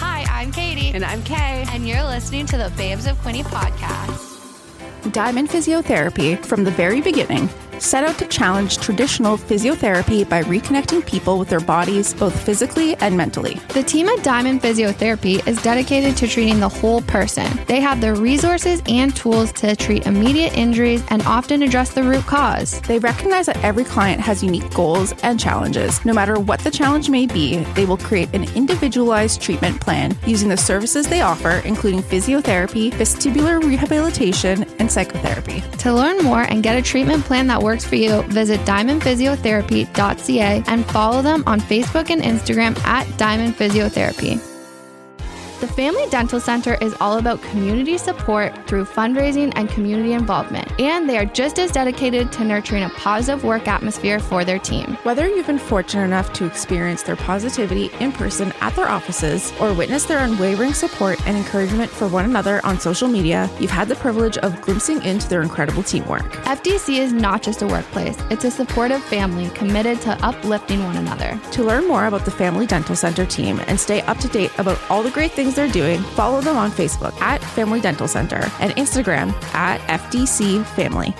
I'm Katie. And I'm Kay. And you're listening to the Babes of Quinny podcast. Diamond Physiotherapy, from the very beginning, set out to challenge traditional physiotherapy by reconnecting people with their bodies, both physically and mentally. The team at Diamond Physiotherapy is dedicated to treating the whole person. They have the resources and tools to treat immediate injuries and often address the root cause. They recognize that every client has unique goals and challenges. No matter what the challenge may be, they will create an individualized treatment plan using the services they offer, including physiotherapy, vestibular rehabilitation, and psychotherapy. To learn more and get a treatment plan that works for you, visit diamondphysiotherapy.ca and follow them on Facebook and Instagram at Diamond Physiotherapy. The Family Dental Center is all about community support through fundraising and community involvement, and they are just as dedicated to nurturing a positive work atmosphere for their team. Whether you've been fortunate enough to experience their positivity in person at their offices or witness their unwavering support and encouragement for one another on social media, you've had the privilege of glimpsing into their incredible teamwork. FDC is not just a workplace, it's a supportive family committed to uplifting one another. To learn more about the Family Dental Center team and stay up to date about all the great things they're doing, follow them on Facebook at Family Dental Center and Instagram at FDC Family.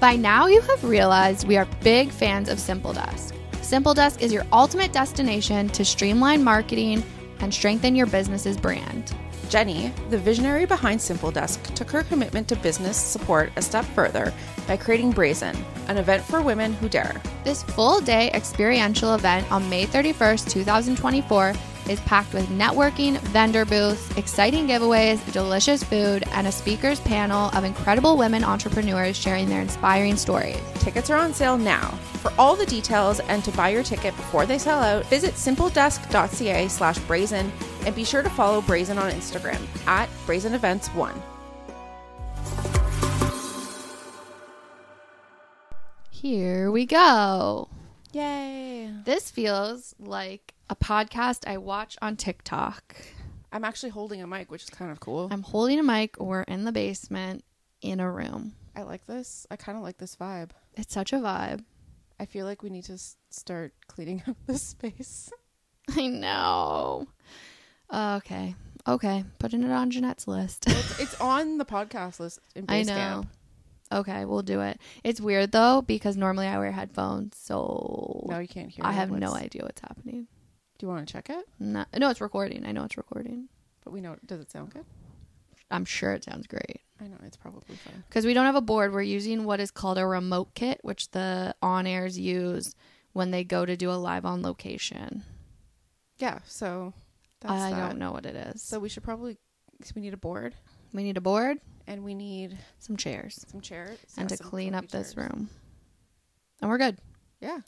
By now, you have realized we are big fans of Simple Desk. Simple Desk is your ultimate destination to streamline marketing and strengthen your business's brand. Jenny, the visionary behind Simple Desk, took her commitment to business support a step further by creating Brazen, an event for women who dare. This full day experiential event on May 31st, 2024 is packed with networking, vendor booths, exciting giveaways, delicious food, and a speakers panel of incredible women entrepreneurs sharing their inspiring stories. Tickets are on sale now. For all the details and to buy your ticket before they sell out, visit simpledesk.ca slash brazen and be sure to follow Brazen on Instagram at Brazen Events 1. Here we go. Yay. This feels like a podcast I watch on TikTok. I'm actually holding a mic, which is kind of cool. I'm holding a mic, we're in the basement in a room. I like this. I kind of like this vibe. It's such a vibe. I feel like we need to s- start cleaning up this space. I know. Okay. Okay. Putting it on Jeanette's list. It's, it's on the podcast list in I Basecamp. know. Okay, we'll do it. It's weird though because normally I wear headphones, so No, you can't hear I it. have no What's- idea what's happening. Do you want to check it? No, no, it's recording. I know it's recording. But we know. Does it sound good? I'm sure it sounds great I know. It's probably fine. because we don't have a board. We're using what is called a remote kit, which the on airs use when they go to do a live on location. Yeah. So that's I that. don't know what it is. So So we should probably. So we need a board we need a board, and we need some chairs, some chairs and to Yeah, some clean up comfy this chairs. room. And we're good. Yeah.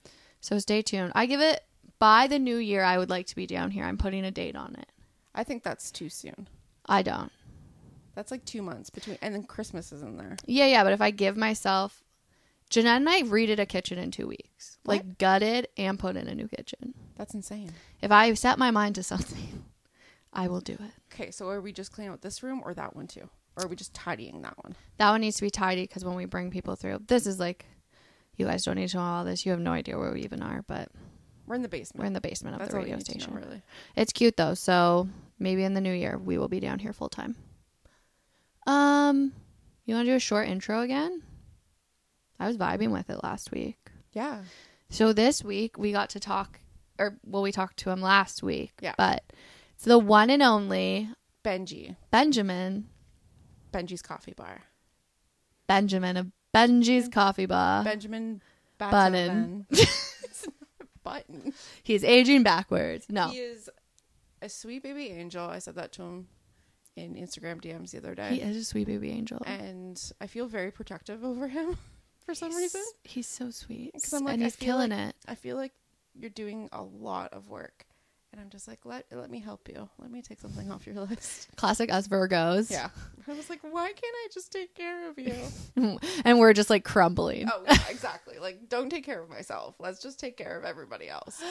So stay tuned. I give it by the new year. I would like to be down here. I'm putting a date on it. I think that's too soon. I don't. That's like two months between, and then Christmas is in there. Yeah, yeah, but if I give myself Jeanette and I redid a kitchen in two weeks. Like gutted and put in a new kitchen. That's insane. If I set my mind to something, I will do it. Okay, so are we just cleaning out this room or that one too, or are we just tidying that one? That one needs to be tidy because when we bring people through, this is like you guys don't need to know all this. You have no idea where we even are, but We're in the basement. we're in the basement of That's the all you radio need to know, station. really. It's cute though, so maybe in the new year we will be down here full time. Um, you want to do a short intro again? I was vibing with it last week. Yeah. So this week we got to talk, or well, we talked to him last week. Yeah. But it's the one and only Benji. Benjamin, Benji's coffee bar. Benjamin of Benji's Coffee Bar. Benjamin Button. Uh, Button. It's not Button. He's aging backwards. No, He is a sweet baby angel. I said that to him in Instagram DMs the other day. he is a sweet baby angel. Uh-huh. And I feel very protective over him for some He's- reason. he's so sweet, 'Cause I'm like, and I he's feel like- killing it. I feel like you're doing a lot of work. And I'm just like, let let me help you. Let me take something off your list. Classic us Virgos. I was like, why can't I just take care of you? and we're just like crumbling. oh, yeah, exactly. Like, don't take care of myself. Let's just take care of everybody else.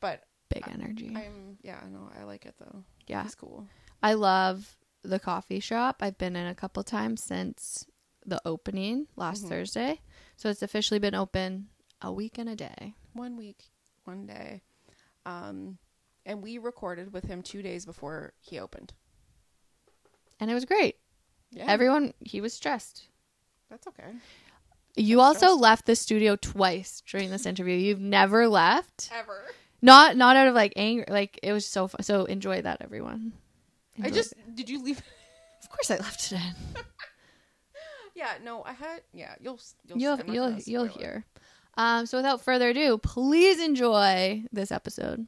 But Big energy. I'm, yeah, I know. I like it though. yeah. It's cool. I love the coffee shop. I've been in a couple times since the opening last Thursday. So it's officially been open a week and a day. One week, one day. Um, and we recorded with him two days before he opened. and it was great. Yeah, Everyone, he was stressed. that's okay. You also left the studio twice during this interview. You've never left. Ever. Not not out of like anger. Like it was so fun. So enjoy that, everyone. I Enjoy just it. did you leave? of course I left it in. yeah, no, I had. Yeah, you'll you'll You'll I'm not you'll gonna you'll spoil it. hear. Um, so without further ado, please enjoy this episode.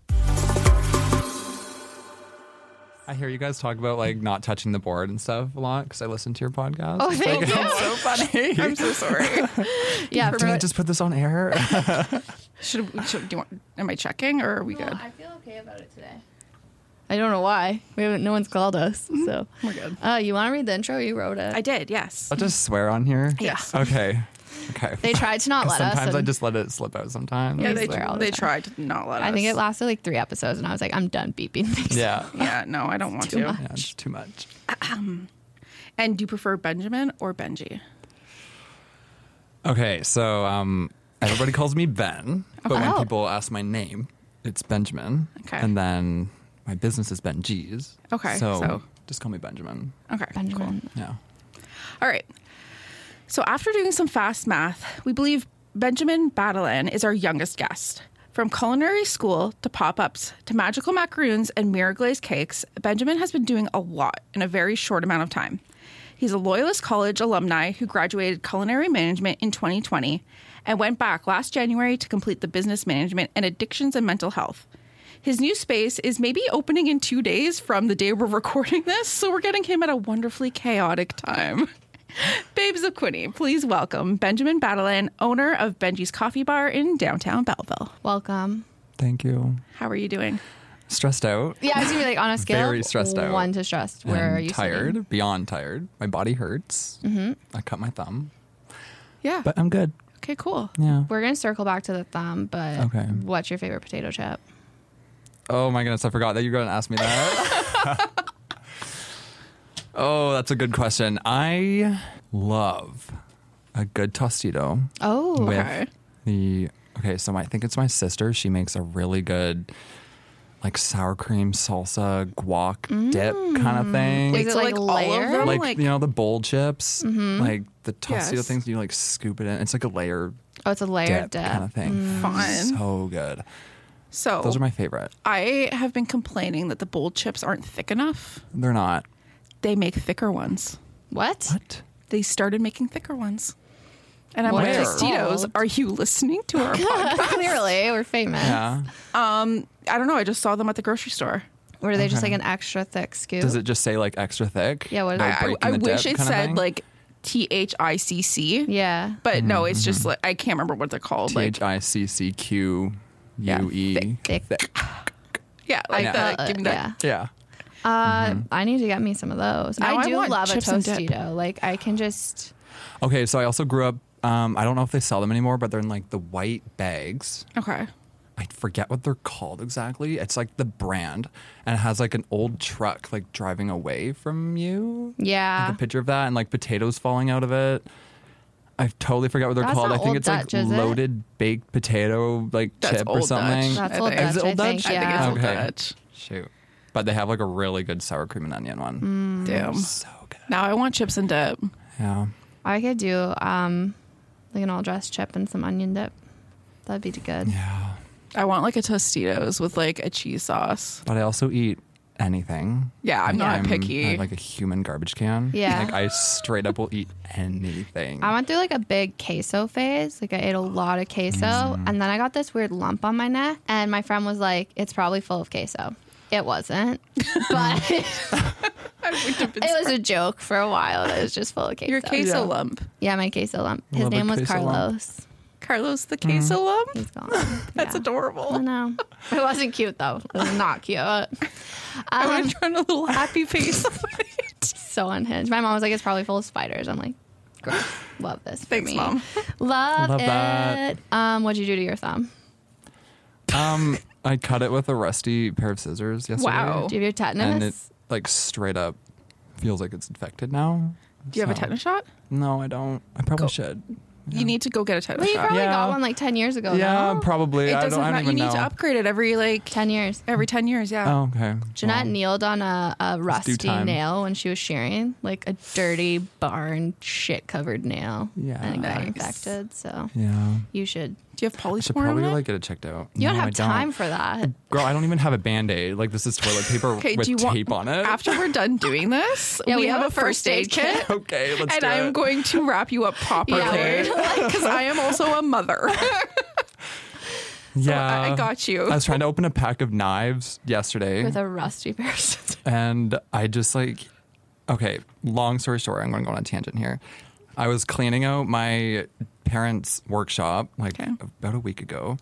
I hear you guys talk about like not touching the board and stuff a lot because I listen to your podcast. Oh, It's thank like, you. It's so funny. I'm so sorry. Yeah, Did I just put this on air? should, should do you want? Am I checking or are we good? I feel okay about it today. I don't know why. We haven't. No one's called us. Mm-hmm. So We're good. uh, you want to read the intro? You wrote it. I did. Yes. I'll just swear on here. Yes. Okay. Okay. they tried to not let 'Cause us. sometimes I and just let it slip out sometimes. Yeah, We they, swear all the they time. tried to not let us. I think it lasted like three episodes, and I was like, I'm done beeping things. yeah. Yeah, no, I don't want too to. much. Yeah, it's too much. And do you prefer Benjamin or Benji? Okay, so um, everybody calls me Ben, but when Oh. people ask my name, it's Benjamin. Okay. And then my business is Ben G's. Okay, So, so- just call me Benjamin. Okay. Cool. Benjamin. Yeah. All right. So after doing some fast math, we believe Benjamin Badelin is our youngest guest. From culinary school to pop-ups to magical macaroons and mirror glazed cakes, Benjamin has been doing a lot in a very short amount of time. He's a Loyalist College alumni who graduated culinary management in 2020 and went back last January to complete the business management and addictions and mental health. His new space is maybe opening in two days from the day we're recording this, so we're getting him at a wonderfully chaotic time. Babes of Quinney, please welcome Benjamin Badelin, owner of Benji's Coffee Bar in downtown Belleville. Welcome. Thank you. How are you doing? Stressed out. Yeah, I was gonna be like on a scale Very of stressed out. one to stressed. Where and are you tired? sitting? Beyond tired. My body hurts. Mm-hmm. I cut my thumb, Yeah. but I'm good. okay, cool. Yeah. We're gonna circle back to the thumb, but Okay. what's your favorite potato chip? Oh my goodness, I forgot that you were going to ask me that. oh, that's a good question. I love a good tostito. Oh, with Okay. the okay so my, i think it's my sister she makes a really good like sour cream salsa guac dip kind Mm. of thing Is it like layer? like, you know the bowl chips like the tostito Yes. things you like scoop it in it's like a layer oh, it's a layered dip, dip. kind of thing Fun. Oh. so good so those are my favorite I have been complaining that the bold chips aren't thick enough. they're not They make thicker ones. What? what They started making thicker ones. And I'm Where? like, Tostitos, are you listening to our podcast? Clearly, we're famous. yeah I don't know. I just saw them at the grocery store. Or are they just like an extra thick scoop? does it just say like extra thick Yeah, what is no it? I- break in I the wish dip it kind of said thing? like T H I C C. yeah. But no, it's Mm-hmm. just like I can't remember what they're called. Like t-h-i-c-c-q Yeah, u-e Thick. yeah, like I that. felt it, Give me that. Mm-hmm. yeah. yeah Uh, I need to get me some of those. Now I I do want love a chips and dip. Tostito. Like I can just. Okay, so I also grew up. Um, I don't know if they sell them anymore, but they're in like the white bags. Okay. I forget what they're called exactly. It's like the brand, and it has like an old truck like driving away from you. Yeah. Like a picture of that, and like potatoes falling out of it. I totally forgot what they're That's called. I not Old think it's Dutch, like is it? loaded baked potato like That's chip Old or something. Dutch. That's I old think- Dutch. Is it Old I think. Dutch? I think Yeah. it's Old Okay. Dutch. Shoot, but they have like a really good sour cream and onion one. Damn. Mm. So good. Mm. Now I want chips and dip. Yeah. I could do um, like an all dressed chip and some onion dip. That'd be good. Yeah. I want like a Tostitos with like a cheese sauce. But I also eat anything. Yeah, I'm not picky. I'm like a human garbage can. Yeah. Like I straight up will eat anything. I went through like a big queso phase. Like I ate a lot of queso, Mm-hmm. and then I got this weird lump on my neck. And my friend was like, "It's probably full of queso." It wasn't, but it I would have been was a joke for a while. That it was just full of queso. your queso Yeah. lump. yeah, my queso lump. His Love a name was queso lump. Carlos. Carlos the Mm-hmm. queso lump. He's gone. That's Yeah. I adorable. know. It wasn't cute though. It was not cute. Um, I would have drawn a little happy face. on it. So unhinged. My mom was like, "It's probably full of spiders." I'm like, "Gross. Love this." For Thanks, me. mom. Love, Love it. that. Um, what'd you do to your thumb? um I cut it with a rusty pair of scissors yesterday. Wow. Do you have your tetanus? And it like straight up feels like it's infected now. Do you have a So- tennis shot? No, I don't. I probably should. I You need to go get a tetanus Well, you shot. probably Yeah. got one like 10 years ago. yeah, no? probably. it I doesn't don't, I don't matter. even You need know. to upgrade it every like 10 years. every ten years. Yeah. Oh, okay. Jeanette Well, kneeled on a, a rusty time. nail when she was shearing, like a dirty barn shit covered nail. Yeah. And it got Nice. infected. So yeah. you should. Do you have I should polysporin? probably on it? like get it checked out. You don't No, have I time for that. Girl, I don't even have a band aid. Like, this is toilet paper Okay, with do you want- tape on it. After we're done doing this, Yeah, we, have, a first aid kit. okay, let's and do I'm it. going to wrap you up properly Yeah, because we're I am also a mother. yeah. I got you. I was trying to open a pack of knives yesterday. With a rusty pair of scissors. and I just like, okay, long story short, I'm going to go on a tangent here. I was cleaning out my parents' workshop like Okay. about a week ago,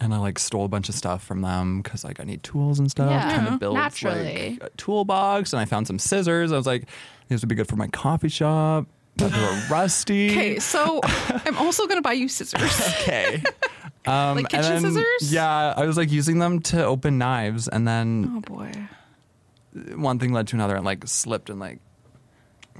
and I like stole a bunch of stuff from them because like I need tools and stuff. Yeah. trying to build Naturally. like a toolbox, and I found some scissors. I was like, these would be good for my coffee shop. But they were rusty. Okay, so I'm also going to buy you scissors. Okay. Um, Like kitchen and then- scissors? Yeah, I was like using them to open knives, and then Oh boy. one thing led to another and like slipped and like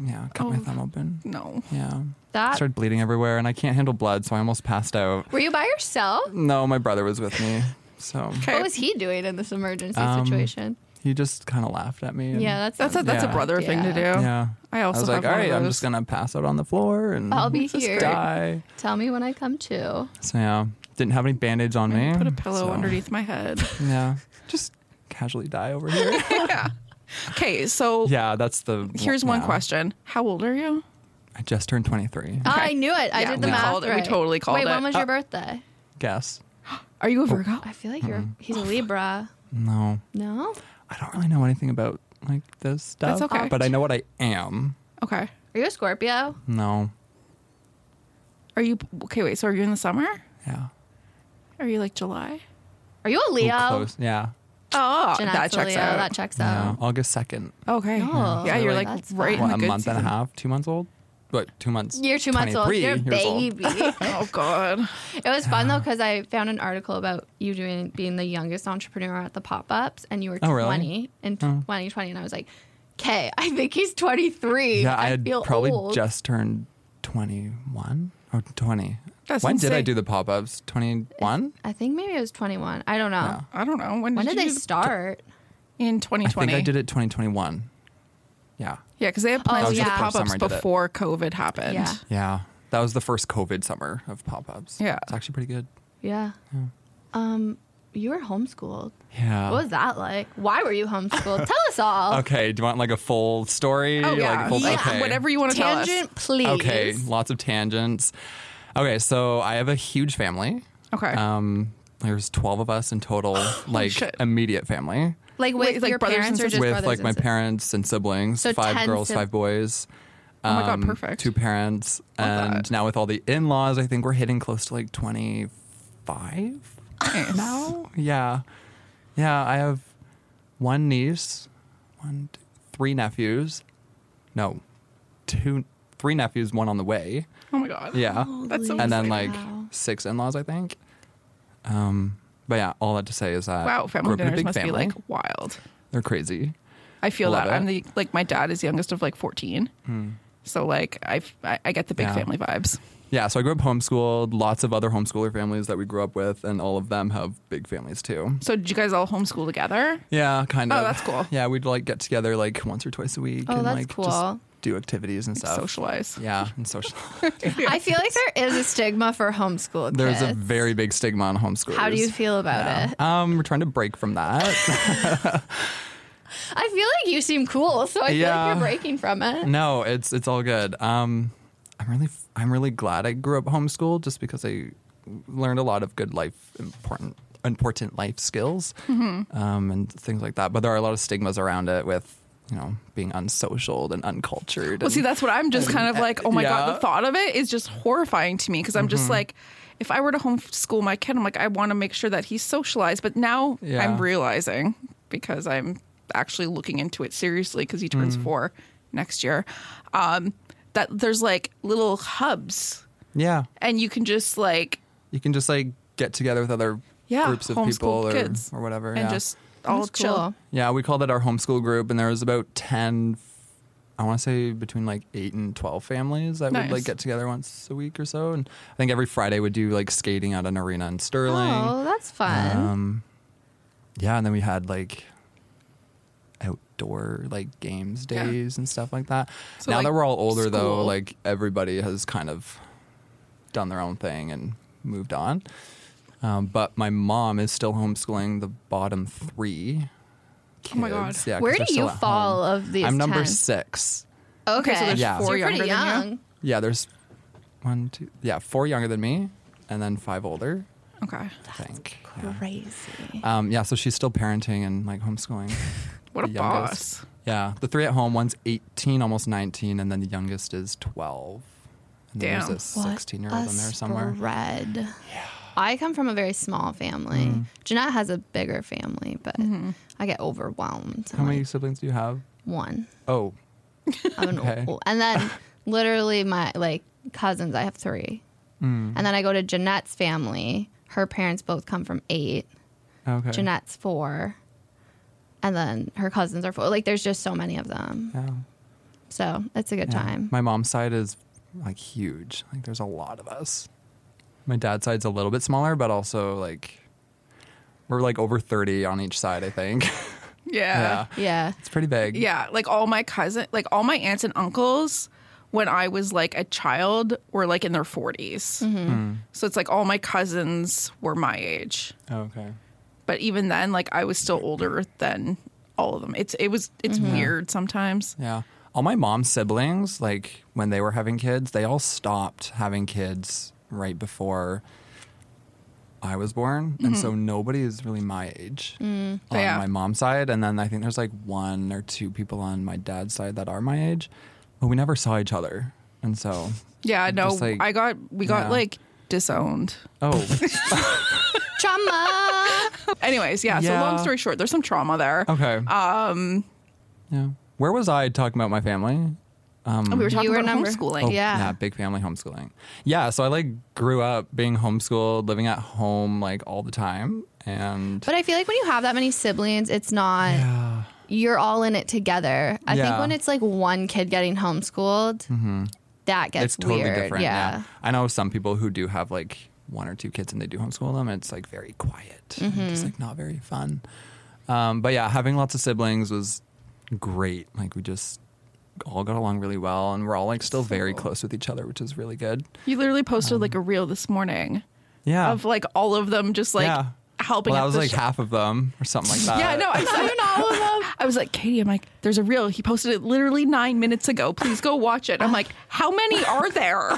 yeah cut my Oh. thumb open No. yeah That- started bleeding everywhere and i can't handle blood so i almost passed out Were you by yourself? no my brother was with me so Okay. What was he doing in this emergency Um, situation? he just kind of laughed at me and, Yeah, that's That's a that's Yeah. a brother thing to do. Yeah. yeah I also was like have all one right of i'm those. just gonna pass out on the floor and I'll be This is here. great. die Tell me when I come to. so yeah didn't have any band-aids on me Put a pillow so, underneath my head. yeah just casually die over here yeah. Okay, so yeah that's the here's one yeah. question. Uh How old are you? i just turned 23 Oh, I knew it. I Yeah, did the we math. called it. We right. totally called Wait, it. when was Uh, your birthday? guess Are Oh. you a Virgo? I feel like you're. mm. He's a Libra. no No. I don't really know anything about like this stuff. That's okay. But I know what I am. Okay. Are you a Scorpio? No. Are you Okay, wait. So are you in the summer? Yeah. Are you like July? Are you a Ooh, Leo? close. Yeah. Oh, Jeanette's that a checks Leo. out. That checks No. out. August second. okay. No. Yeah, you're Really? like That's right in What, the a good month and season. a half? Two months old? What? Two months. You're two months old. 23 You're a years old. baby. Oh god. it was fun though because I found an article about you doing being the youngest entrepreneur at the pop ups, and you were Oh, really? 20 in 2020, and I was like, "Okay, I think he's 23. Yeah, I had feel probably old. just turned twenty one or twenty. That's when did I insane. do the pop ups? Twenty one? I think maybe it was 21. I don't know. I don't know. When did, When did you they do- start? in I 2020? think I did it twenty twenty one. Yeah. Yeah, because they had plans Oh, for yeah. pop ups Summer did it. before COVID happened. Yeah. Yeah. That was the first COVID summer of pop ups. Yeah. It's actually pretty good. Yeah. Um, you were homeschooled. Yeah. What was that like? Why were you homeschooled? Tell us all. Okay, do you want like a full story? Oh Like, yeah. a full- Yeah. okay. Whatever you want to tell us. Tangent, please. Okay, lots of tangents. Okay, so I have a huge family. Okay. Um, there's 12 of us in total, like shit. immediate family, Like with Wait, like your brothers and parents or just sisters? with brothers like and my sisters? parents and siblings, So five 10 girls, sib- five boys. um, Oh my God, perfect. Two parents, Love and that. now with all the in-laws, I think we're hitting close to like 25 Nice. now. Yeah, yeah. I have one niece, one, two, three nephews. No, two, three nephews, one on the way. Oh my god. Yeah. That's so Holy and then like cow. six in-laws, I think. Um, but yeah, all that to say is that Wow, grew family up in a dinners big must be family. like wild. they're crazy. I feel Love that. I'm it. Hmm. the like my dad is the youngest of like 14. So like I I I get the big Yeah. family vibes. Yeah, so I grew up homeschooled. Lots of other homeschooler families that we grew up with, and all of them have big families too. So did you guys all homeschool together? Yeah, kind Oh, of. that's cool. Yeah, we'd like get together like once or twice a week. Oh, and, that's like, Just cool. do activities and stuff. Socialize. Yeah, and social. I feel like there is a stigma for homeschool There's a kids. very big stigma on homeschoolers. How do you feel about it? Um, we're trying to break from that. I feel like you seem cool, so I feel Yeah. Mm, like you're breaking from it. no, it's it's all good. Um, I'm really I'm really glad I grew up homeschooled just because I learned a lot of good life important important life skills Mm-hmm. um, and things like that. But there are a lot of stigmas around it with you know being unsocial and uncultured. Well, see, and- that's what I'm just kind of like. Oh my god, Yeah. Mm-hmm. the thought of it is just horrifying to me because I'm just like, if I were to homeschool my kid, I'm like, I want to make sure that he's socialized. But now Yeah. I'm realizing because I'm actually looking into it seriously because he turns Mm. four next year, um, that there's like little hubs yeah, and you can just like you can just like get together with other yeah, groups of homeschool people or, kids or whatever, and yeah. just all That's chill. cool. Yeah, we called it our homeschool group, and there was about 10, I want to say between like eight and twelve families that Nice. would like get together once a week or so, and I think every Friday would do like skating at an arena in Sterling. Oh, that's fun. Um, yeah, and then we had like outdoor like games Yeah. days and stuff like that. So, now like, that we're all older, though, school. like everybody has kind of done their own thing and moved on. Um, but my mom is still homeschooling the bottom three. Kids. Oh my God. Yeah, 'cause Where they're do still you at fall home. of these? I'm number 10? six. Okay, so there's Yeah. So four you're pretty younger than you? young. Yeah, there's one, two, yeah, four younger than me, and then five older. Okay. I think. Yeah. Crazy. Um, yeah, so she's still parenting and like homeschooling. What a The youngest. boss. yeah, the three at home, one's 18, almost 19, and then the youngest is 12. And then Damn. there's a 16 year old in there somewhere. Red. I come from a very small family. Jeanette has a bigger family, but I get overwhelmed. How I'm many like, siblings do you have? One. Oh, I'm an Okay. old- And then literally my like cousins, I have three. And then I go to Jeanette's family. Her parents both come from eight. okay. Jeanette's four. And then her cousins are four. Like there's just so many of them. Yeah. So it's a good yeah. time. My mom's side is like huge. Like there's a lot of us. My dad's side's a little bit smaller, but also like we're like over 30 on each side, I think. Yeah. yeah. yeah. It's pretty big. Uh. Yeah, like all my cousin, like all my aunts and uncles when I was like a child were like in their 40s. Hmm. So it's like all my cousins were my age. Okay. But even then like I was still older than all of them. It's it was it's weird sometimes. Yeah. All my mom's siblings, like when they were having kids, they all stopped having kids right before I was born. And so nobody is really my age on Yeah. my mom's side. And then I think there's like one or two people on my dad's side that are my age, but we never saw each other. And so, Yeah, no. Just, like, I got we got yeah. like disowned. oh, Trauma. Anyways, yeah, so long Yeah. story short, there's some trauma there. okay. Um, yeah. Where was I talking about my family? And Um, we were You talking were about number- homeschooling. Oh. Yeah. big family homeschooling. Yeah, so I like grew up being homeschooled, living at home like all the time, and But I feel like when you have that many siblings, it's not yeah, you're all in it together. I think Yeah. Mm-hmm. when it's like one kid getting homeschooled, that gets it's totally weird. different. yeah. I know some people who do have like one or two kids and they do homeschool them. And it's like very quiet, and Mm-hmm. just like not very fun. Um, but yeah, having lots of siblings was great. Like we just all got along really well, and we're all like still very close with each other, which is really good. You literally posted like a reel this morning Um. Yeah, of like all of them just like Yeah. helping well, that out was the like sh- half of them or something like that. Yeah, no, I saw all of them. I was um, like, Katie, I'm like, there's a reel. He posted it literally nine minutes ago. Please go watch it. I'm like, how many are there?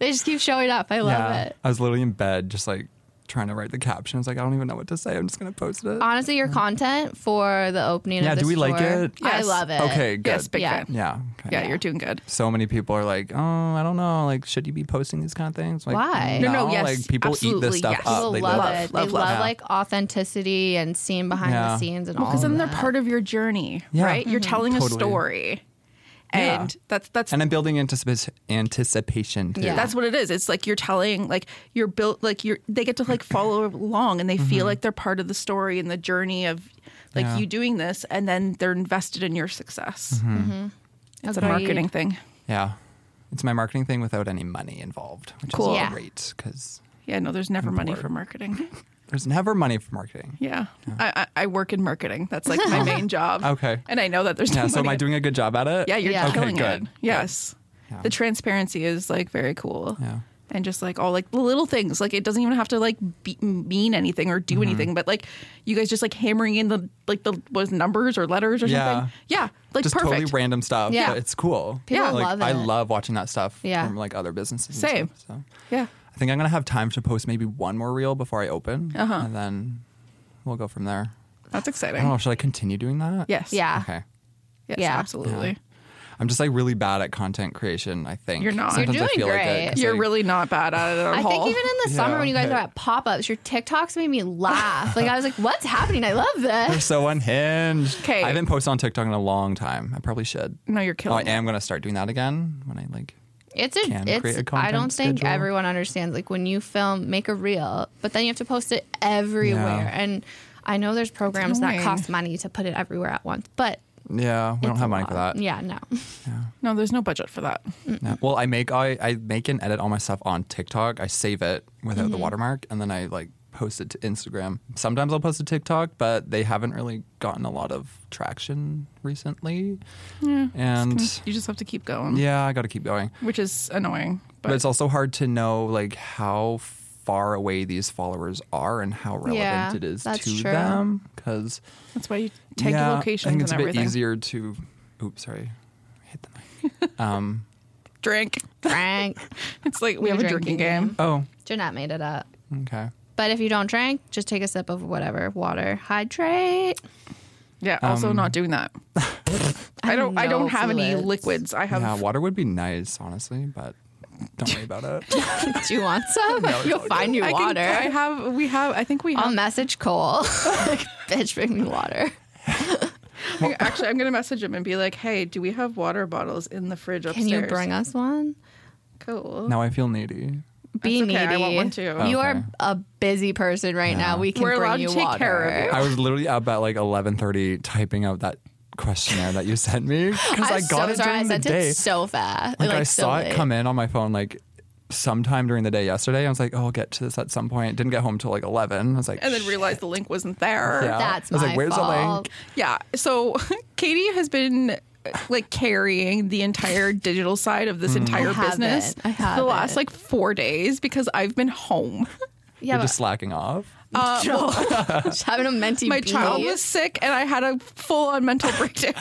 They just keep showing up. I love it. I was literally in bed, just like trying to write the captions. Like, I don't even know what to say. I'm just going to post it. Honestly, your content for the opening Yeah, of do this we like tour, it? I Yes. love it. okay, good. yes, big Yeah. fan. yeah. Okay. Yeah, you're doing good. so many people are like, oh, I don't know. Like, should you be posting these kind of things? Like, Why? No, No, no, yes, Like, people eat absolutely, this stuff yes. up. People They love, live it. love, they love, love yeah. like authenticity and seeing behind Yeah. the scenes and all. Because then of they're that. part of your journey, Yeah. right? You're telling a Totally. story, Yeah. Mm-hmm. and that's that's And I'm building anticipa- anticipation. Too. Yeah. that's what it is. It's like you're telling, like you're built, like you're they get to like follow along, and they feel like they're part of the story and the journey of like Yeah. you doing this, and then they're invested in your success. It's a Agreed. marketing thing. Yeah. It's my marketing thing without any money involved, which Cool. is Yeah. great because Yeah, no, there's never money bored. for marketing. there's never money for marketing. Yeah, I, I, I work in marketing. That's like my main job. Okay. and I know that there's Yeah. no So am money. I doing a good job at it? yeah, you're Yeah. Okay, killing good, it. good. Yes, Yeah. the transparency is like very cool. Yeah. and just like all like the little things. Like it doesn't even have to like be, mean anything or Mm-hmm. do anything, but like you guys just like hammering in the like the was numbers or letters or Yeah. something. Yeah, like just perfect. totally random stuff. Yeah. but it's cool. People yeah, like, love I it. love watching that stuff Yeah. from like other businesses. and Same. stuff, so yeah, I think I'm gonna have time to post maybe one more reel before I open, Uh-huh. and then we'll go from there. that's I don't exciting. know. Should I continue doing that? Yes. Yeah. Okay. Yes, Yeah. absolutely. I'm just like really bad at content creation. I think You're not. You're Sometimes I doing feel like it, great. 'cause, You're like, really not bad at it at I all. think even in the Yeah, summer when you guys okay. were at pop ups, your TikToks made me laugh. like I was like, "What's happening? I love this." You're so unhinged. 'Kay. I haven't posted on TikTok in a long time. I probably should. no, you're Oh, I killing. it. am gonna start doing that again when I like. It's a. can it's. create a I don't content think schedule. everyone understands. Like when you film, make a reel, but then you have to post it everywhere. Yeah. And I know there's programs that annoying. cost money to put it everywhere at once, but Yeah, we don't it's have a money for lot. that. Yeah, no. Yeah. No, there's no budget for that. No. Well, I make I, I make and edit all my stuff on TikTok. I save it without Mm-hmm. the watermark, and then I like post it to Instagram. Sometimes I'll post to TikTok, but they haven't really gotten a lot of traction recently. Yeah. And You just have to keep going, yeah, I got to keep going. which is annoying. But, But, it's also hard to know like how far away these followers are and how relevant Yeah, it is to that's true. them because that's why you tag yeah, the locations I think it's and a bit everything. easier to. Oops, sorry, I hit the mic. um, Drink. Drank. It's like we have a drinking game. oh, Jeanette made it up. okay. But if you don't drink, just take a sip of whatever water. Hydrate. Yeah. Also, Um, not doing that. I don't. I don't no have any fluids. liquids. I have. Yeah, water would be nice, honestly, but don't worry about it. Do you want some? You'll find you I can- Um, water. I have. We have. I think we I'll have. message Cole. like, bitch, bring me water. actually, I'm gonna message him and be like, "Hey, do we have water bottles in the fridge Can upstairs? you bring us one? Cool. now I feel needy. Be That's okay, needy. I want one too. Oh, You okay. are a busy person right now. We can We're bring allowed you to take water. care of I was literally up at like 11:30 typing out that questionnaire that you sent me because I I'm got so sorry. it during I the sent day. it so fast. like, I so saw late. it come in on my phone like sometime during the day yesterday. I was like, oh, I'll get to this at some point. Didn't get home till like 11. I was like, And then "Shit." realized the link wasn't there. Yeah. That's I was my like, "Where's the link?" fault. Yeah. So Katie has been like carrying the entire digital side of Mm. this entire I business haven't. I for the last haven't. like four days because I've been home. Yeah, You're but just slacking off. just having a mentee. My child bee. was sick and I had a full on mental breakdown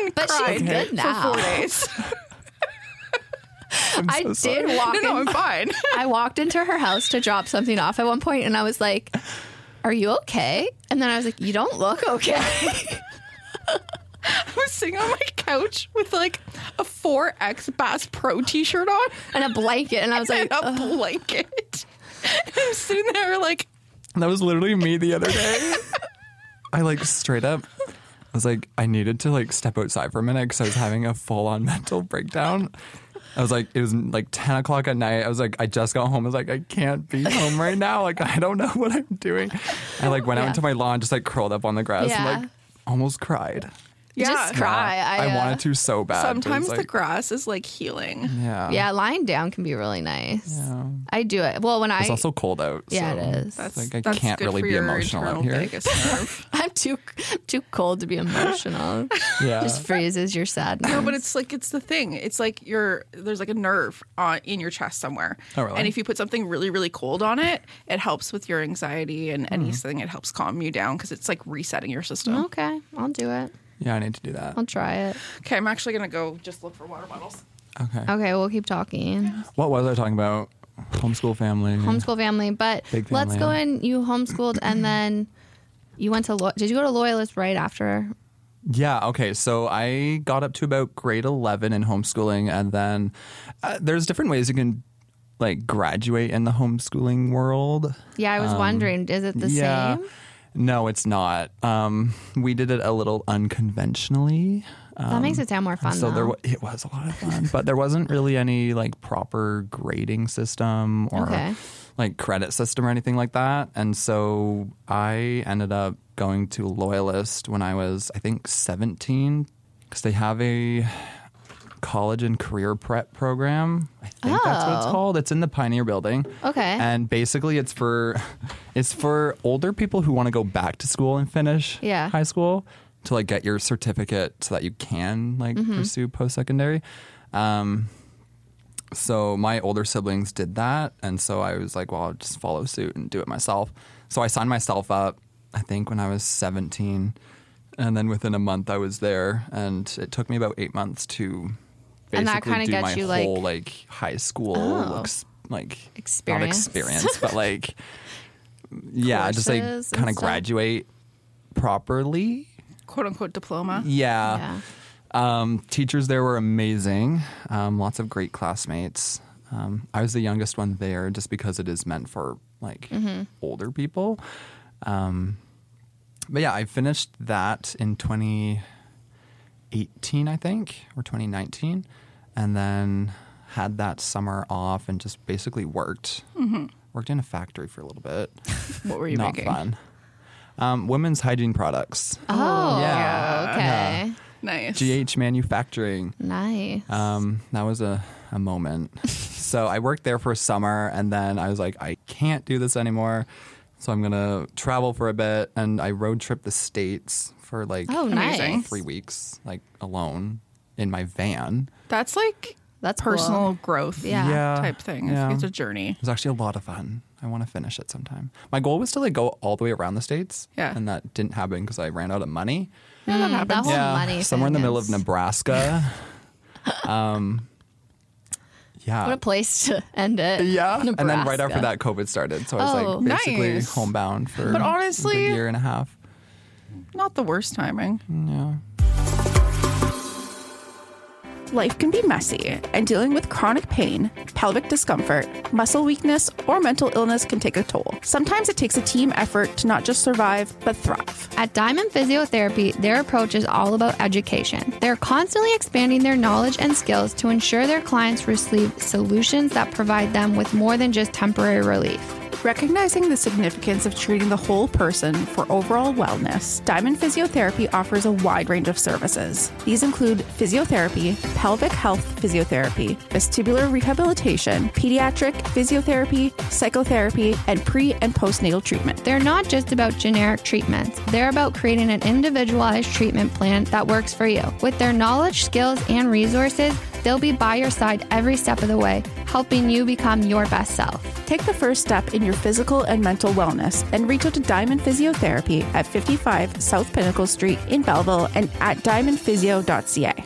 and But she's cried good now. for four days. I'm I so did sorry. walk. no, in, no, I'm fine. I walked into her house to drop something off at one point, and I was like, "Are you okay?" And then I was like, "You don't look okay." I was sitting on my couch with like a 4X Bass Pro t shirt on and a blanket, and I was like, and a blanket. I'm sitting there like, That was literally me the other day. I like straight up. I was like, I needed to like step outside for a minute because I was having a full on mental breakdown. I was like, it was like 10 o'clock at night. I was like, I just got home. I was like, I can't be home right now. Like, I don't know what I'm doing. I like went out Yeah. into my lawn, just like curled up on the grass Yeah. and like almost cried. Just yeah. cry. Yeah, I, uh, wanted to so bad. but it was, Sometimes the like, grass is like healing. Yeah. "Yeah, lying down can be really nice." Yeah. I do it. Well, when I It's also cold out. yeah, so it is. That's Like, I that's can't good really for be your emotional out internal here. vagus nerve. I'm too too cold to be emotional. Yeah. Just freezes your sadness. no, but it's like it's the thing. It's like you're there's like a nerve on, in your chest somewhere. Oh, really? And if you put something really really cold on it, it helps with your anxiety Mm-hmm. and anything. It helps calm you down because it's like resetting your system. okay, I'll do it. yeah, I need to do that. I'll try it. Okay, I'm actually gonna go just look for water bottles. Okay. Okay, we'll keep talking. What was I talking about? Homeschool family. Homeschool family, but Big let's family. go in. You homeschooled, and then you went to. Lo- Did you go to Loyalist right after? Yeah. Okay. So I got up to about grade eleven in homeschooling, and then uh, there's different ways you can like graduate in the homeschooling world. Yeah, I was wondering, is it the Um, yeah. same? No, it's not. Um, we did it a little unconventionally. That makes it sound more fun. though. So um, there, wa- it was a lot of fun, but there wasn't really any like proper grading system or Okay. like credit system or anything like that. And so I ended up going to Loyalist when I was, I think, seventeen, because they have a college and career prep program. I think that's what it's Oh. called. It's in the Pioneer Building. Okay. And basically, it's for it's for older people who want to go back to school and finish Yeah. high school to like get your certificate so that you can like Mm-hmm. pursue post secondary. Um, so my older siblings did that, and so I was like, well, I'll just follow suit and do it myself. So I signed myself up. I think when I was seventeen, and then within a month I was there, and it took me about eight months to. Basically And that kinda do gets my you, like- whole like high school Oh. ex- like not Experience. experience, but like yeah, just like Courses and kind of stuff. graduate properly. Quote unquote diploma. Yeah. Yeah. Um, teachers there were amazing. Um, lots of great classmates. Um, I was the youngest one there just because it is meant for like Mm-hmm. older people. Um, but yeah, I finished that in 2018, I think, or 2019, and then had that summer off and just basically worked. Worked in a factory for a little bit. Mm-hmm. What were you Not making? fun. Um, women's hygiene products. Oh, Yeah. okay. Nice. GH Manufacturing. Nice. Um, that was a, a moment. so I worked there for a summer and then I was like, I can't do this anymore. So I'm going to travel for a bit. And I road trip the States for like oh, nice. Amazing. three weeks, like alone in my van. That's like That's cool. personal growth Yeah. Yeah. type thing. Yeah. It's, it's a journey. It was actually a lot of fun. I want to finish it sometime. My goal was to like go all the way around the States. Yeah. And that didn't happen because I ran out of money. Yeah, that Hmm, that happens. whole money somewhere in the thing middle of is- Nebraska. um, yeah. What a place to end it. yeah. And then right Nebraska. after that, COVID started. So I was Oh. like basically Nice. homebound for But honestly- a good year and a half. Not the worst timing. Yeah. Life can be messy, and dealing with chronic pain, pelvic discomfort, muscle weakness, or mental illness can take a toll. Sometimes it takes a team effort to not just survive, but thrive. At Diamond Physiotherapy, their approach is all about education. They're constantly expanding their knowledge and skills to ensure their clients receive solutions that provide them with more than just temporary relief. Recognizing the significance of treating the whole person for overall wellness, Diamond Physiotherapy offers a wide range of services. These include physiotherapy, pelvic health physiotherapy, vestibular rehabilitation, pediatric physiotherapy, psychotherapy, and pre and postnatal treatment. They're not just about generic treatments, they're about creating an individualized treatment plan that works for you. With their knowledge, skills, and resources, they'll be by your side every step of the way, helping you become your best self. Take the first step in your physical and mental wellness and reach out to Diamond Physiotherapy at 55 South Pinnacle Street in Belleville and at diamondphysio.ca.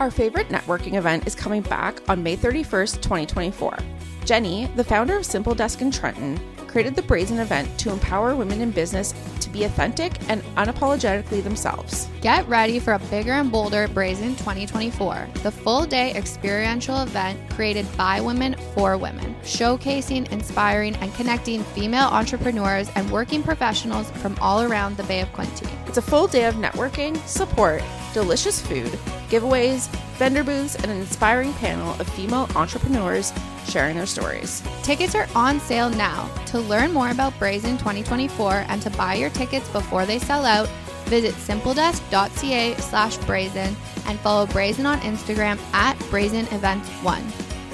Our favorite networking event is coming back on May 31st, 2024. Jenny, the founder of Simple Desk in Trenton, created the Brazen event to empower women in business to be authentic and unapologetically themselves. Get ready for a bigger and bolder Brazen 2024, the full day experiential event created by women for women, showcasing, inspiring, and connecting female entrepreneurs and working professionals from all around the Bay of Quinte. It's a full day of networking, support, delicious food, giveaways, vendor booths, and an inspiring panel of female entrepreneurs sharing their stories. Tickets are on sale now. To learn more about Brazen 2024 and to buy your tickets before they sell out, visit simpledesk.ca slash brazen and follow Brazen on Instagram at Brazen Events 1.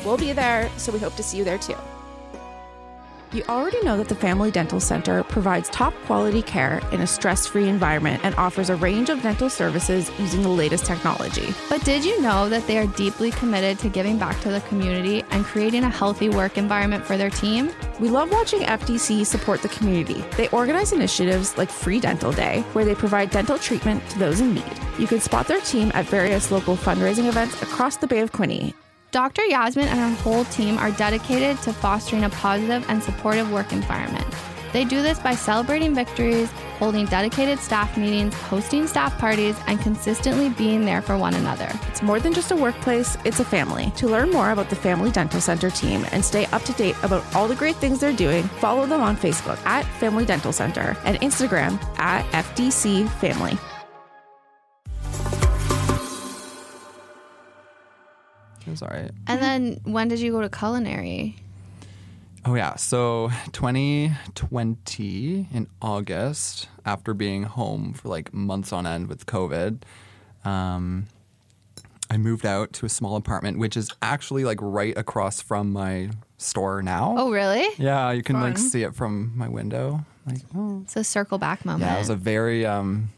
We'll be there, so we hope to see you there too. You already know that the Family Dental Center provides top quality care in a stress free environment and offers a range of dental services using the latest technology. But did you know that they are deeply committed to giving back to the community and creating a healthy work environment for their team? We love watching FDC support the community. They organize initiatives like Free Dental Day, where they provide dental treatment to those in need. You can spot their team at various local fundraising events across the Bay of Quinte. Dr. Yasmin and her whole team are dedicated to fostering a positive and supportive work environment. They do this by celebrating victories, holding dedicated staff meetings, hosting staff parties, and consistently being there for one another. It's more than just a workplace, it's a family. To learn more about the Family Dental Center team and stay up to date about all the great things they're doing, follow them on Facebook at Family Dental Center and Instagram at FDC Family. It was all right. And then when did you go to culinary? Oh yeah, so 2020 in August, after being home for like months on end with COVID, um, I moved out to a small apartment, which is actually like right across from my store now. Oh, really? yeah, you can like see it from my window. Like, oh. It's a circle back moment. yeah, it was a very, um,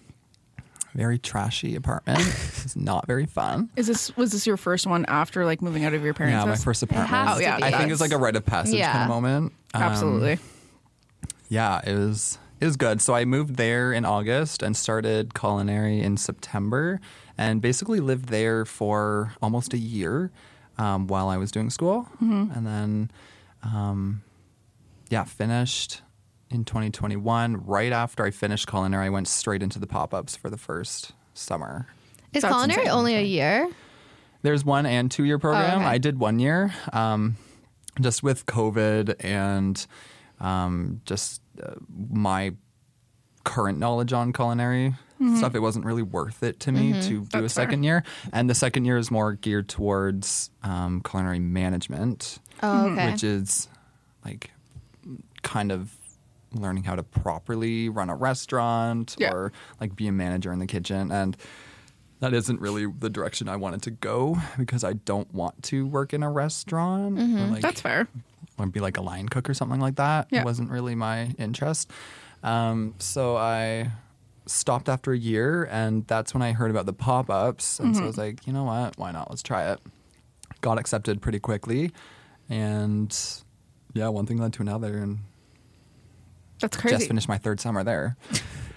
very trashy apartment. it's not very fun. Is this was this your first one after like moving out of your parents' Yeah, my house? first apartment. has to be. I think it's like a rite of passage kind Yeah. of moment. Um, Absolutely. yeah, it was it was good. So I moved there in August and started culinary in September, and basically lived there for almost a year um, while I was doing school, Mm-hmm. and then um, yeah, finished in 2021. Right after I finished culinary, I went straight into the pop ups for the first summer. Is That's culinary insane. only a year? There's one and two year program. okay. I did one year, um, just with COVID and um, just uh, my current knowledge on culinary stuff. It wasn't really worth it to me to do a second year, and the second year is more geared towards um, culinary management, Oh, okay. which is like kind of learning how to properly run a restaurant Yeah. or like be a manager in the kitchen and that isn't really the direction I wanted to go because I don't want to work in a restaurant. or, like, That's fair. or be like a line cook or something like that. Yeah. It wasn't really my interest. Um, so I stopped after a year, and that's when I heard about the pop ups. And so I Mm-hmm. was like, you know what? Why not? Let's try it. Got accepted pretty quickly. And yeah, one thing led to another. And That's crazy. just finished my third summer there.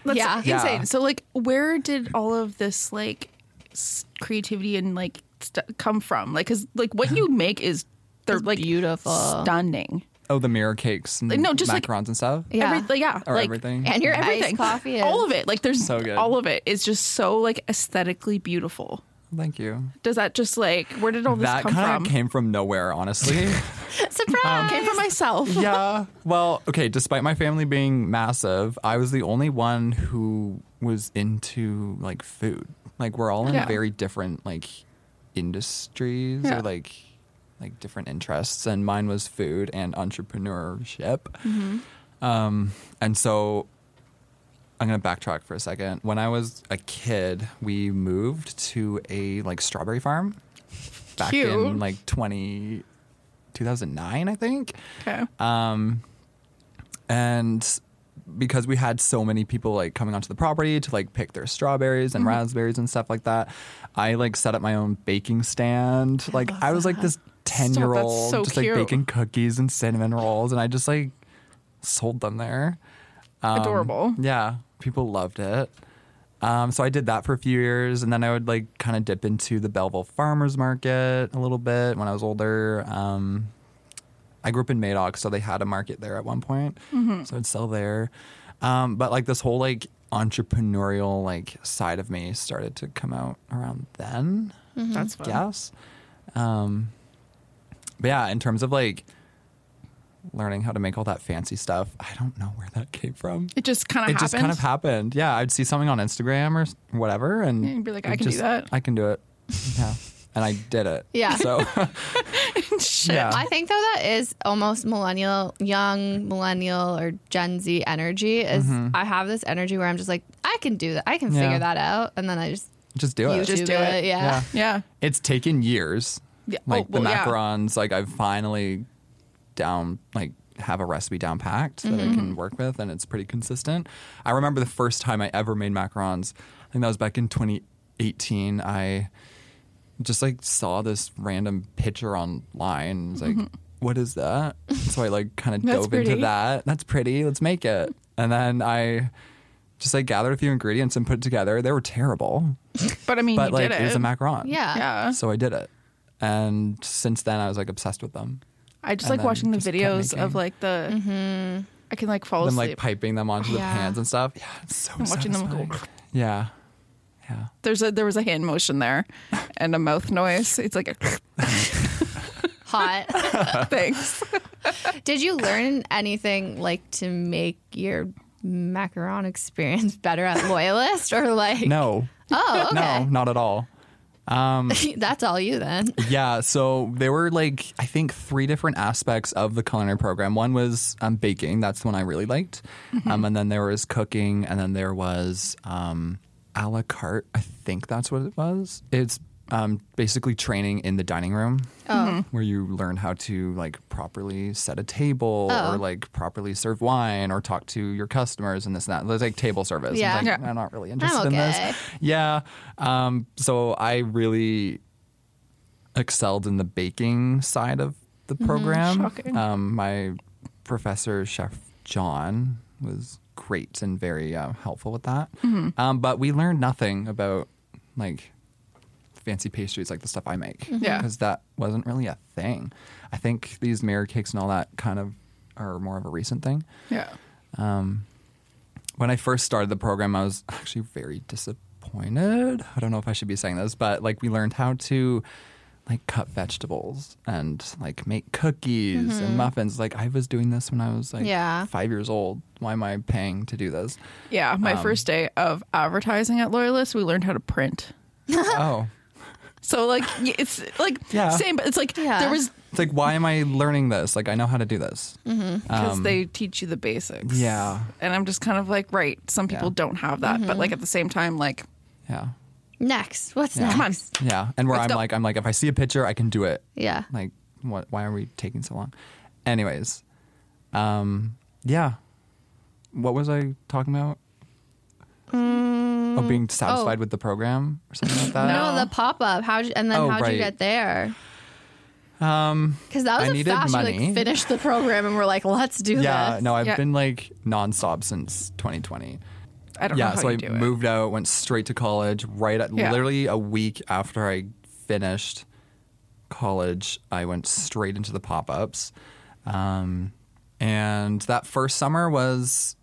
That's Yeah. insane. Yeah. So like, where did all of this like s- creativity and like st- come from? Like, cause like what you make is they're It's like beautiful. stunning. Oh, the mirror cakes and No, just, like- macarons and stuff. Yeah. Every- like, yeah, Or like, everything. And your Everything, iced coffee is all of it. Like, there's So good. all of it is just so like aesthetically beautiful. Thank you. Does that just like where did all this That come kind from? of came from nowhere, honestly. surprise. Um, Came from myself. yeah. Well, okay, despite my family being massive, I was the only one who was into like food. Like we're all in Yeah. very different like industries Yeah. or like like different interests and mine was food and entrepreneurship. Mm-hmm. Um and so I'm going to backtrack for a second. When I was a kid, we moved to a like strawberry farm back Cute. in like 20 2009, I think. Okay. Um, and because we had so many people like coming onto the property to like pick their strawberries Mm-hmm. and raspberries and stuff like that, I like set up my own baking stand. like I was like this ten year old so just cute. like baking cookies and cinnamon rolls, and I just like sold them there. Um, Adorable. Yeah, people loved it. Um, so I did that for a few years, and then I would like kind of dip into the Belleville Farmers Market a little bit when I was older. Um, I grew up in Madoc, so they had a market there at one point. Mm-hmm. So I'd sell there. Um, but like this whole like entrepreneurial like side of me started to come out around then, Mm-hmm. That's fun. guess. Um, but yeah, in terms of like learning how to make all that fancy stuff, I don't know where that came from. It just kind of It happened. just kind of happened. Yeah, I'd see something on Instagram or s- whatever, and And you'd be like, I it can do just- that. I can do it. Yeah, and I did it. Yeah. So Shit. yeah, I think though that is almost millennial, young millennial or Gen Z energy. Is I have this energy where I'm just like, I can do that. I can Mm-hmm. Yeah. figure that out, and then I just just do it. YouTube Just do it. Yeah. Yeah. It's taken years. Yeah. Like oh, well, the yeah. macarons, like I've finally down like have a recipe down packed that I Mm-hmm. can work with and it's pretty consistent. I remember the first time I ever made macarons. I think that was back in 2018. I just like saw this random picture online. It's like, "What is that? So I like kind of Mm-hmm. That's dove pretty. into that. That's pretty. Let's make it. And then I just like gathered a few ingredients and put it together. They were terrible, But I mean, but you like did it was it. a macaron. Yeah. yeah. So I did it. And since then, I was like obsessed with them. I just And like then watching the just kept videos of making. like the. I can like fall Them asleep. like piping them onto the Yeah. pans and stuff. Yeah, it's so I'm watching them satisfying. go- Yeah, yeah. There's a there was a hand motion there, and a mouth noise. It's like a Hot. thanks. Did you learn anything like to make your macaron experience better at Loyalist or like? No, Oh, no, okay. not at all. That's all you then. Yeah, so there were like I think three different aspects of the culinary program. One was um, baking; that's the one I really liked, Mm-hmm. um, and then there was cooking, and then there was um, a la carte. I think that's what it was. It's um, basically training in the dining room, Oh, Mm-hmm. where you learn how to like properly set a table Oh. or like properly serve wine or talk to your customers and this and that. There's like table service. Yeah. It's like, Yeah. I'm not really interested in okay. this. Yeah, um, so I really excelled in the baking side of the Mm-hmm. program. Shocking. Um, my professor, Chef John, was great and very uh, helpful with that. Mm-hmm. Um, but we learned nothing about like fancy pastries, like the stuff I make, Yeah. because that wasn't really a thing. I think these mirror cakes and all that kind of are more of a recent thing Yeah. when I first started the program, I was actually very disappointed. I don't know if I should be saying this, but like we learned how to like cut vegetables and like make cookies and muffins. Like I was doing this when I was like Yeah. five years old. Why am I paying to do this? Yeah. My Um, first day of advertising at Loyalist, we learned how to print. oh, So like y- it's like Yeah. same, but it's like Yeah. there was it's like why am I learning this? Like I know how to do this. because they teach you the basics. Um, Yeah. And I'm just kind of like, right, some people Yeah. don't have that, but like at the same time, like Yeah, Next, what's Yeah. Come on. next? Yeah, and where I'm go. like, I'm like, if I see a picture, I can do it. Yeah. Like, what? Why are we taking so long? Anyways, um, yeah. What was I talking about? oh, being satisfied oh. with the program or something like that. No, the pop up. How and then Oh, how'd you right. get there? Um, because that was I a needed fast. You money. like finished the program, and we're like, let's do Yeah, this. no, I've Yeah. been like nonstop since 2020. I don't know Yeah, how so you I do it. moved out, went straight to college. Right, at, Yeah. literally a week after I finished college, I went straight into the pop ups, um, and that first summer was,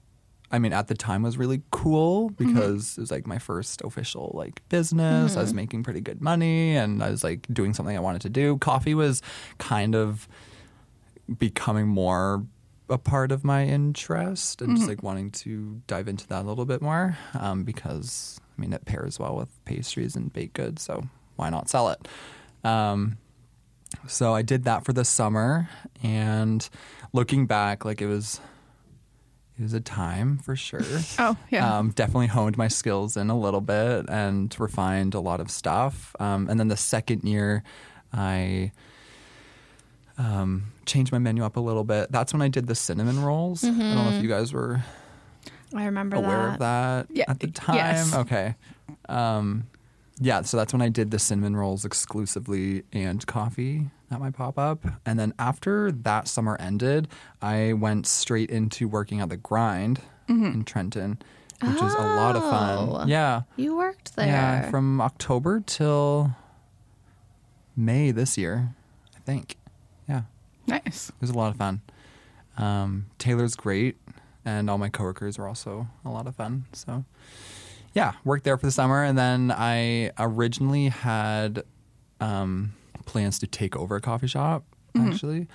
I mean, at the time was really cool Mm-hmm. because it was like my first official like business. Mm-hmm. I was making pretty good money, and I was like doing something I wanted to do. Coffee was kind of becoming more a part of my interest and just like wanting to dive into that a little bit more um, because I mean it pairs well with pastries and baked goods, so why not sell it? Um, so I did that for the summer, and looking back, like it was it was a time for sure. Oh, yeah. Um, definitely honed my skills in a little bit and refined a lot of stuff. Um, and then the second year, I um, changed my menu up a little bit. That's when I did the cinnamon rolls. I don't know Mm-hmm. if you guys were I remember aware that. of that Yeah, at the y- time. yes. Okay. Um, yeah, so that's when I did the cinnamon rolls exclusively and coffee at my pop up. And then after that summer ended, I went straight into working at the grind in Trenton, which is a lot of Oh. fun. Yeah. You worked there. Yeah, from October till May this year, I think. Yeah. Nice. It was a lot of fun. Um, Taylor's great, and all my coworkers were also a lot of fun. So, yeah, worked there for the summer, and then I originally had um, plans to take over a coffee shop actually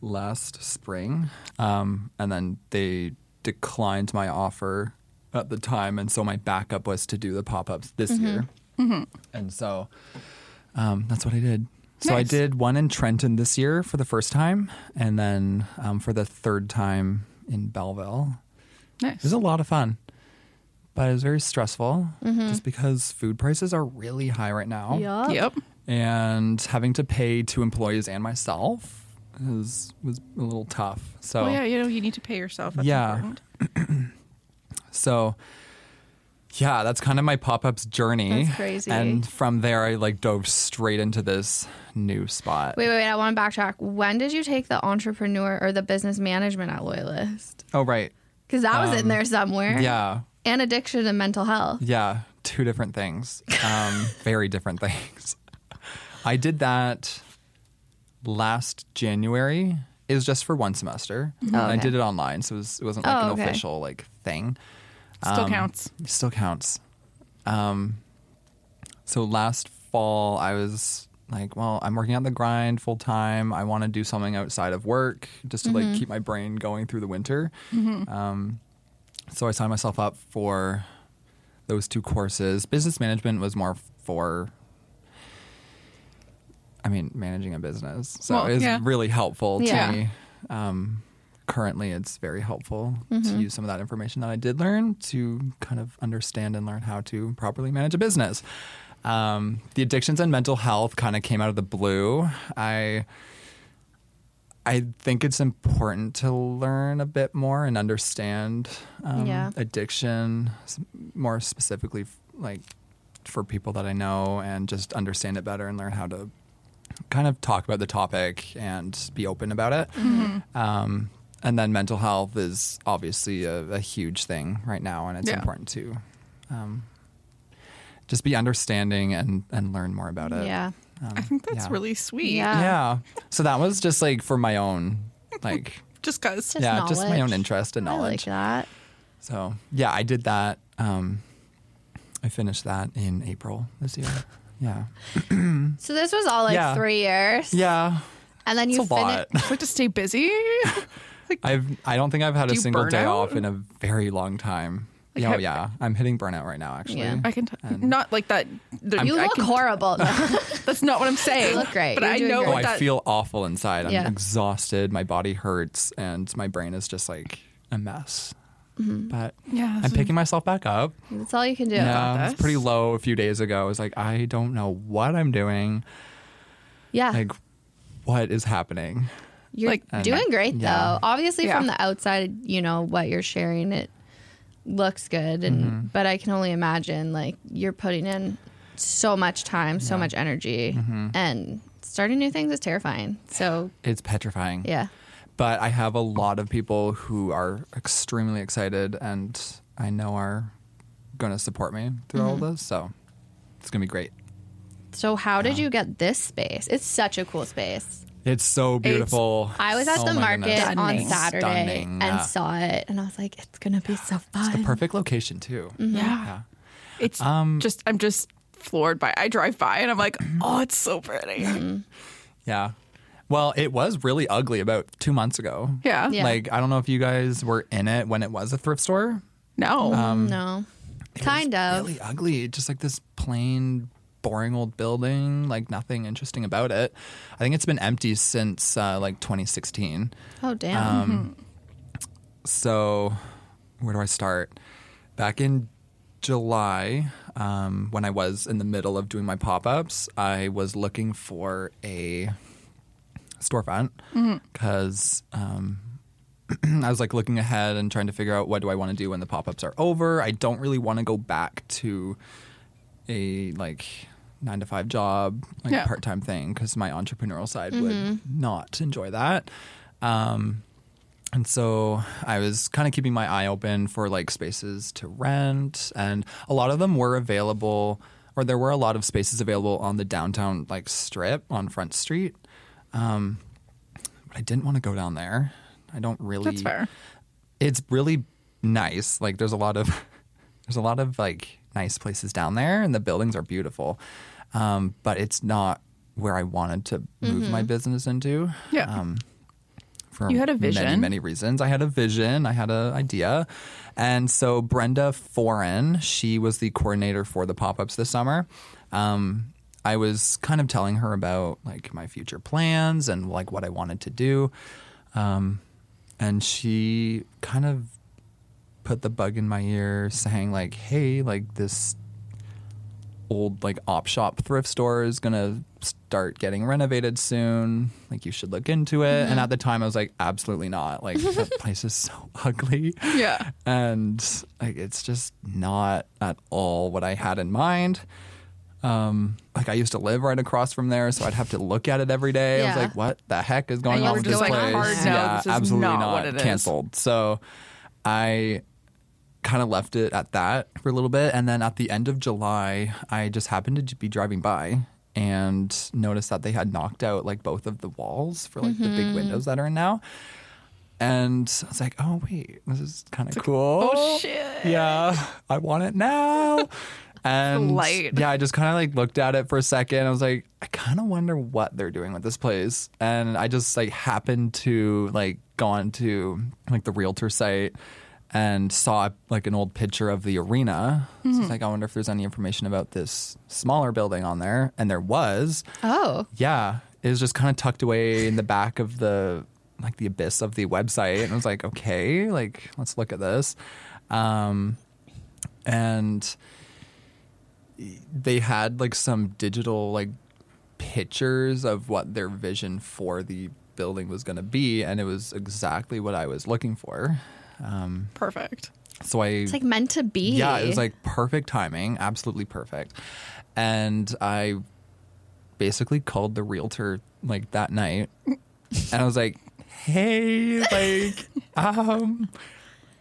last spring, um, and then they declined my offer at the time, and so my backup was to do the pop ups this year, and so um, that's what I did. So I Nice. did one in Trenton this year for the first time, and then um, for the third time in Belleville. It Nice. was a lot of fun, but it was very stressful Mm-hmm. just because food prices are really high right now, Yup. Yep. Oh. and having to pay two employees and myself is, was a little tough. So Oh yeah, you know you need to pay yourself. That's Yeah. important. So yeah, that's kind of my pop-ups journey. That's crazy. And from there I like dove straight into this new spot. Wait, wait, wait. I want to backtrack. When did you take the entrepreneur or the business management at Loyalist? Oh right. Because that was in there somewhere. Um, Yeah. And addiction and mental health. Yeah, two different things. Um, very different things. I did that last January. It was just for one semester. and I Mm-hmm. Oh, okay. did it online, so it, was, it wasn't like Oh, an okay. official like thing. Still Um, counts. Still counts. Um, so last fall, I was like, well, I'm working on the grind full time. I want to do something outside of work just to Mm-hmm. like keep my brain going through the winter. Um, so I signed myself up for those two courses. Business management was more for, I mean, managing a business. So Well, it's yeah. really helpful Yeah. to me. Um, currently, it's very helpful to Mm-hmm. use some of that information that I did learn to kind of understand and learn how to properly manage a business. Um, the addictions and mental health kind of came out of the blue. I. I think it's important to learn a bit more and understand um, Yeah. addiction, s- more specifically, f- like for people that I know, and just understand it better and learn how to kind of talk about the topic and be open about it. Mm-hmm. Um, and then mental health is obviously a, a huge thing right now, and it's Yeah. important to um, just be understanding and, and learn more about it. Yeah. Um, I think that's yeah. really sweet. Yeah. Yeah. So that was just like for my own, like, Just cause. Just yeah, just my knowledge. own interest and I like knowledge. that. so yeah, I did that. Um, I finished that in April this year. Yeah. So this was all like Yeah. three years. Yeah. And then you It's a lot. finished. Like to stay busy. like I've I don't think I've had Do a you single burn day out? off in a very long time. Like, yeah, oh, have- yeah. I'm hitting burnout right now actually. Yeah. I can t- not like that. there- You I look can- horrible. That's not what I'm saying. You look great. But You're I doing know great. Oh, what I that. feel awful inside. I'm Yeah. exhausted. My body hurts, and my brain is just like a mess. Mm-hmm. But Yeah, I'm so- picking myself back up. That's all you can do. yeah, it's this. pretty low a few days ago. I was like, I don't know what I'm doing. Yeah. Like, what is happening? You're Like- And doing I- great yeah. though. Obviously, Yeah. from the outside, you know what you're sharing. It looks good, and Mm-hmm. but I can only imagine like you're putting in so much time, so much energy, Mm-hmm. and starting new things is terrifying. So It's petrifying. yeah, But I have a lot of people who are extremely excited and I know are going to support me through all Mm-hmm. this. So it's going to be great. so how did you get this space? It's such a cool space. It's so beautiful. I was at Oh the my market goodness. on Stunning. Saturday Stunning, and yeah. saw it, and I was like, it's gonna be so fun. It's the perfect location, too. Yeah. Yeah. Um, It's just I'm just floored by. I drive by and I'm like, oh, it's so pretty. Yeah. Well, it was really ugly about two months ago. Yeah. Yeah. Like, I don't know if you guys were in it when it was a thrift store. No. Um, no, It kind was of. Really ugly. Just like this plain, boring old building, like nothing interesting about it. I think it's been empty since uh, like 2016. Oh damn. Um, So, where do I start? Back in July, um, when I was in the middle of doing my pop ups, I was looking for a storefront because um, I was like looking ahead and trying to figure out what do I want to do when the pop ups are over. I don't really want to go back to a like nine to five job, like Yeah. part time thing because my entrepreneurial side would not enjoy that. And so I was kind of keeping my eye open for like spaces to rent, and a lot of them were available, or there were a lot of spaces available on the downtown like strip on Front Street. Um, but I didn't want to go down there. I don't really. That's fair. It's really nice. Like there's a lot of there's a lot of like nice places down there, and the buildings are beautiful. Um, but it's not where I wanted to move Mm-hmm. my business into Yeah. for You had a many, vision. many reasons. I had a vision, I had an idea. And so Brenda Foran, she was the coordinator for the pop-ups this summer. Um, I was kind of telling her about like my future plans and like what I wanted to do. Um, and she kind of put the bug in my ear saying like, "Hey, like this old like op shop thrift store is gonna start getting renovated soon. Like you should look into it. And at the time, I was like, absolutely not. Like that place is so ugly, yeah. and like it's just not at all what I had in mind. Um, like I used to live right across from there, so I'd have to look at it every day. I was Yeah. like, what the heck is going And you on were with just this like, place? hard no, yeah, this is absolutely not not. what it is. Canceled. So I kind of left it at that for a little bit. And then at the end of July, I just happened to be driving by and noticed that they had knocked out like both of the walls for like the big windows that are in now. And I was like, oh, wait, this is kind of cool. oh, shit. Yeah, I want it now. And Light. yeah, I just kind of like looked at it for a second. I was like, I kind of wonder what they're doing with this place. And I just like happened to like gone to like the realtor site and saw like an old picture of the arena. So Mm-hmm. it's like, I wonder if there's any information about this smaller building on there. And there was. oh, Yeah, it was just kind of tucked away in the back of the like the abyss of the website, and I was like, okay, like let's look at this, um, and they had like some digital like pictures of what their vision for the building was going to be, and it was exactly what I was looking for. Perfect. So I it's like meant to be. yeah, it was E. like perfect timing, absolutely perfect. And I basically called the realtor like that night and I was like, "Hey, like um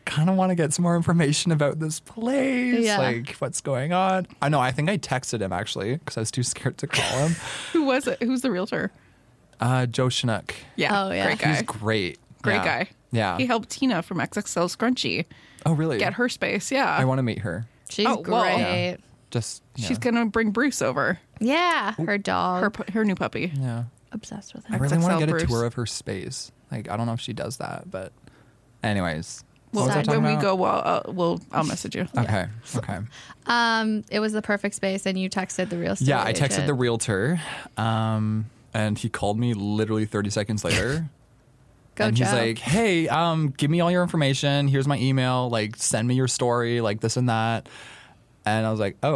kind of want to get some more information about this place, Yeah. like what's going on." I know, I think I texted him actually cuz I was too scared to call him. Who was it? Who's the realtor? Uh Joe Chinook. Yeah. Oh, yeah. Great He's guy. great. Great Yeah. guy. Yeah. He helped Tina from XXL Scrunchy oh, really? get her space. Yeah. I want to meet her. She's Oh, great. well. yeah. Just She's yeah. gonna bring Bruce over. her dog. Her pu- her new puppy. yeah. obsessed with I her. really want XXL to get a Bruce. tour of her space. Like, I don't know if she does that, but, anyways. Well, was I when talking we go, well, uh, we'll I'll message you. Okay. Okay. Um, it was the perfect space, and you texted the real estate. Yeah, I texted the agent. realtor, um, and he called me literally 30 seconds later, Go, and he's Joe. like, "Hey, um, give me all your information. Here's my email. Like, send me your story. Like this and that." And I was like, "Oh,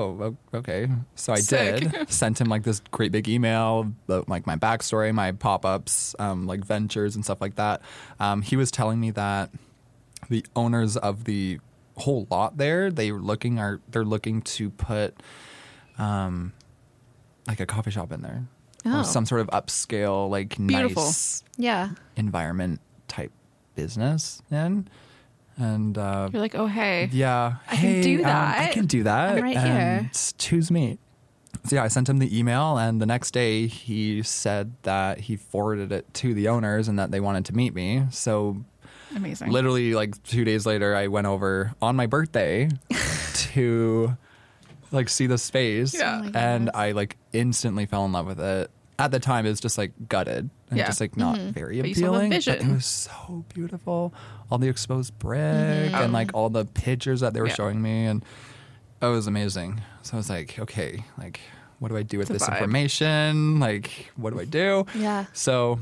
o- okay." So I Sick. did. Sent him like this great big email, about, like my backstory, my pop-ups, um, like ventures and stuff like that. Um, he was telling me that the owners of the whole lot there, they were looking are they're looking to put um, like a coffee shop in there. Oh. Or some sort of upscale, like Beautiful. nice yeah. environment type business in. And uh, You're like, oh hey, yeah, I can do I that. can do that. I'm right and here. Choose me. So yeah, I sent him the email, and the next day he said that he forwarded it to the owners and that they wanted to meet me. So amazing. literally like two days later i went over on my birthday to like see the space Yeah. Oh my and i like instantly fell in love with it at the time it was just like gutted and Yeah. Mm-hmm. just like not very But you saw the appealing but vision. it was so beautiful all the exposed brick and like all the pictures that they were Mm-hmm. Oh. Yeah. showing me and it was amazing so i was like okay like what do i do with It's a this vibe. information like what do i do Yeah. so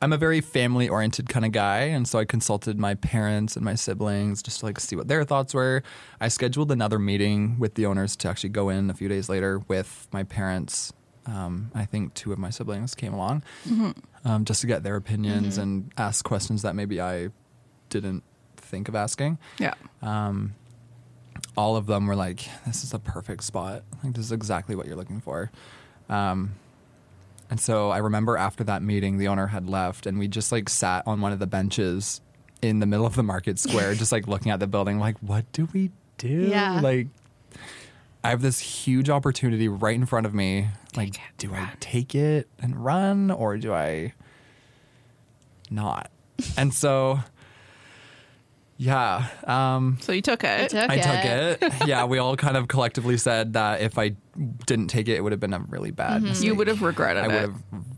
I'm a very family oriented kind of guy. And so I consulted my parents and my siblings just to like see what their thoughts were. I scheduled another meeting with the owners to actually go in a few days later with my parents. Um, I think two of my siblings came along um, just to get their opinions and ask questions that maybe I didn't think of asking yeah, all of them were like, "This is the perfect spot. Like, this is exactly what you're looking for." Um, and so I remember after that meeting, the owner had left, and we just like sat on one of the benches in the middle of the market square, just like looking at the building, like, "What do we do?" Yeah. Like, I have this huge opportunity right in front of me. Like, it, do I take it and run, or do I not? and so, yeah. Um, so you took I it. took it. I took it. Yeah, we all kind of collectively said that if I didn't take it, it would have been a really bad. mistake. Mm-hmm. You would have regretted I would it. have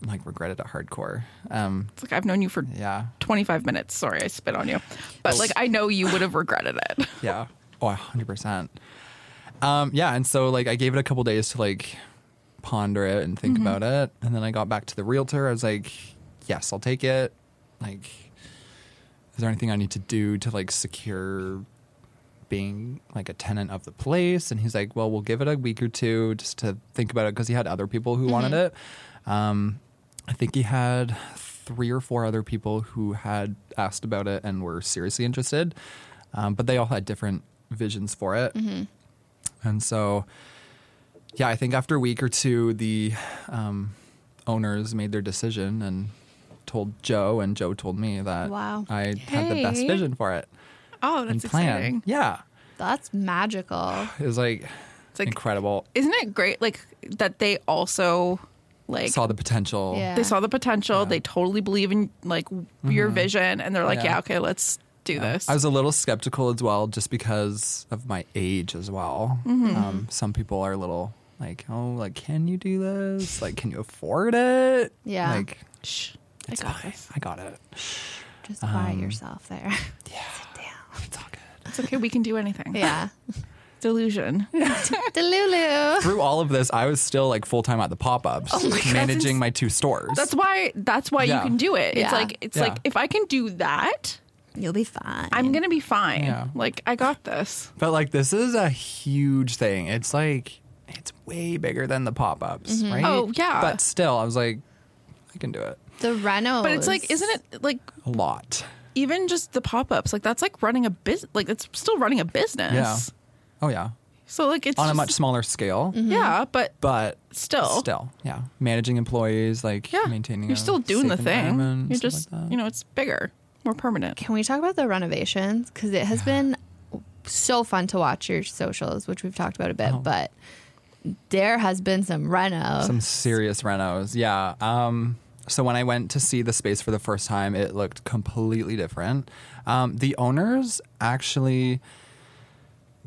like regretted it hardcore. Um, It's like I've known you for yeah, 25 minutes. Sorry, I spit on you, but like I know you would have regretted it. yeah. Oh, hundred percent. Um, yeah, and so like I gave it a couple days to like ponder it and Mm-hmm. think about it, and then I got back to the realtor. I was like, "Yes, I'll take it." Like, is there anything I need to do to like secure being like a tenant of the place? And he's like, "Well, we'll give it a week or two just to think about it," because he had other people who wanted it. Um, I think he had three or four other people who had asked about it and were seriously interested, um, but they all had different visions for it. And so, yeah, I think after a week or two, the um, owners made their decision and told Joe, and Joe told me that Wow. I had the best Hey. vision for it Oh, and that's plan. exciting. Yeah, That's magical. it was like, like- incredible. Isn't it great? Like that they also like Saw the potential. Yeah. they saw the potential. They totally believe in like your vision, and they're like, Mm-hmm. Yeah. yeah, okay, let's do this. I was a little skeptical as well, just because of my age as well. Mm-hmm. Um, some people are a little like, oh, like, can you do this? Like, can you afford it? Yeah. Like, Shh, I it's got fine. this. I got it. Just quiet yourself there. Yeah. Damn. It's all good. It's okay. We can do anything. Yeah. Delusion. Delulu. Through all of this, I was still like full time at the pop ups, Oh managing my two stores. That's why. That's why Yeah. you can do it. Yeah. It's like it's Yeah. like if I can do that, You'll be fine. I'm gonna be fine. Yeah. Like I got this. But like, this is a huge thing. It's like, it's way bigger than the pop ups, right? Oh, yeah. But still, I was like, I can do it the Reynolds. But it's like, isn't it like a lot. even just the pop ups? Like that's like running a business. Like it's still running a business. Yeah. Oh, yeah. So like it's On a just- much smaller scale. yeah, but But still still, yeah. Managing employees, like yeah, maintaining. You're a still doing the safe thing. environment, You're stuff just like that. you know it's bigger, more permanent. Can we talk about the renovations? Because it has been so fun to watch your socials, which we've talked about a bit, but there has been Oh. some reno. some serious renos. Yeah. Um, so when I went to see the space for the first time, it looked completely different. Um, the owners actually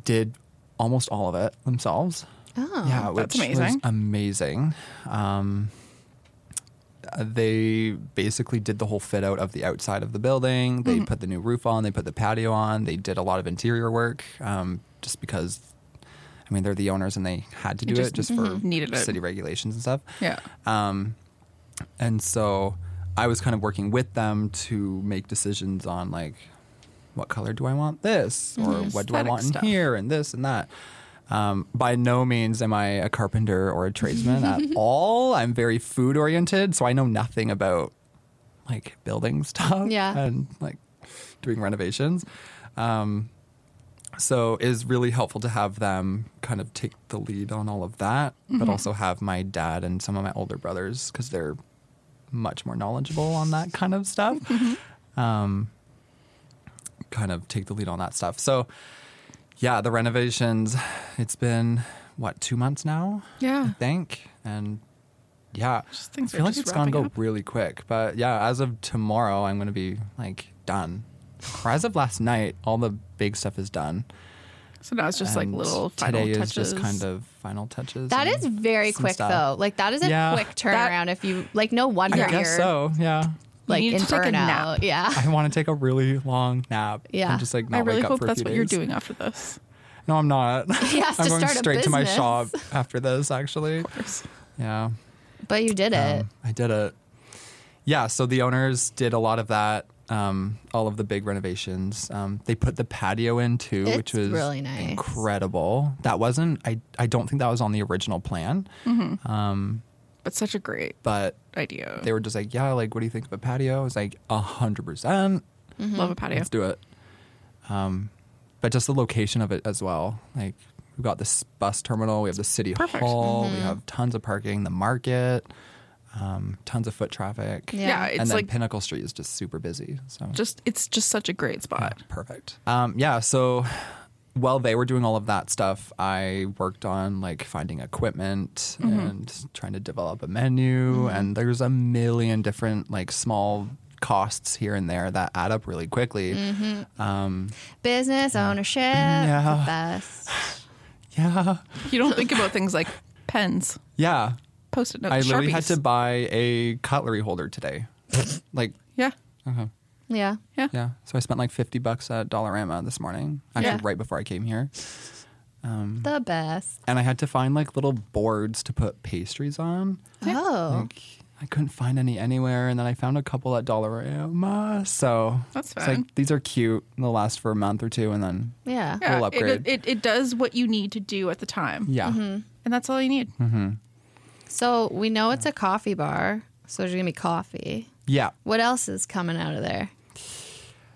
did almost all of it themselves. Oh, yeah, that's which was amazing. amazing. Um, uh, they basically did the whole fit out of the outside of the building. They Mm-hmm. put the new roof on. They put the patio on. They did a lot of interior work, um, just because. I mean, they're the owners and they had to do just- it just for Needed it. city regulations and stuff. Yeah. Um, and so I was kind of working with them to make decisions on like what color do I want this or what do I Mm-hmm. aesthetic want in stuff. here and this and that. Um, by no means am I a carpenter or a tradesman at all. I'm very food oriented, so I know nothing about like building stuff Yeah. and like doing renovations. Um, so it is really helpful to have them kind of take the lead on all of that, Mm-hmm. but also have my dad and some of my older brothers because they're much more knowledgeable on that kind of stuff. Mm-hmm. Um, kind of take the lead on that stuff. So yeah, the renovations. It's been what two months now. Yeah. I think and yeah, Just things are I feel like just it's gonna go wrapping up. really quick. But yeah, as of tomorrow, I'm gonna be like done. Or as of last night, all the big stuff is done. So now it's just like And little final today touches. is just kind of final touches. That and is very some quick stuff. though. Like that is a Yeah. quick turnaround. if you like, no wonder I you're guess so. Yeah, like You need in to take a burnout. nap. Yeah. I want to take a really long nap. Yeah. and just like not I really wake up hope for a that's few what you're days. doing after this. No, I'm not. He has I'm to going start a straight to my business. shop after this. Actually, yeah. But you did it. Um, I did it. Yeah, so the owners did a lot of that, um, all of the big renovations. Um, they put the patio in too, It's which was really nice. incredible. That wasn't I. I don't think that was on the original plan, um, But Mm-hmm. such a great but idea. they were just like, "Yeah, like, what do you think of a patio?" I was like, "A hundred percent, Love a patio. let's do it." Um, but just the location of it as well. Like, we've got this bus terminal, we have the city Perfect. Mm-hmm. hall, we have tons of parking, the market, um, tons of foot traffic Yeah. Yeah, and it's then like Pinnacle Street is just super busy. So just it's just such a great spot. perfect. Um, yeah. So while they were doing all of that stuff, I worked on like finding equipment Mm-hmm. and trying to develop a menu. And there's a million different like small costs here and there that add up really quickly. Mm-hmm. Um, Business ownership. Mm, Yeah. The best. yeah. You don't think about things like pens, Yeah. post-it notes, I literally Oh, Sharpies. had to buy a cutlery holder today. like, Yeah. Yeah. yeah. So I spent like 50 bucks at Dollarama this morning, actually, Yeah. right before I came here. Mm. The best. and I had to find like little boards to put pastries on. Oh. Like, I couldn't find any anywhere, and then I found a couple at Dollarama. So That's it's fun. like these are cute. and They'll last for a month or two, and then Yeah. Yeah, We'll it- upgrade. It, it, does what you need to do at the time. yeah, Hmm. And that's all you need. So we know it's a coffee bar. So there's gonna be coffee. yeah. What else is coming out of there?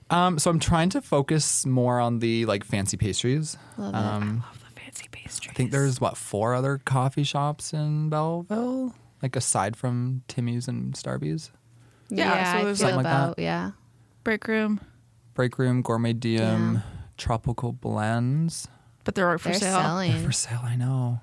Um, so I'm trying to focus more on the like fancy pastries. Love it. Um, Love the fancy pastry. I think there's what four other coffee shops in Belleville, like aside from Timmy's and Starbucks. yeah, so I there's feel something like that. about yeah. break room, Break Room, Gourmet Diem, Yeah. Tropical Blends. but there are for They're sale. selling. For sale, I know.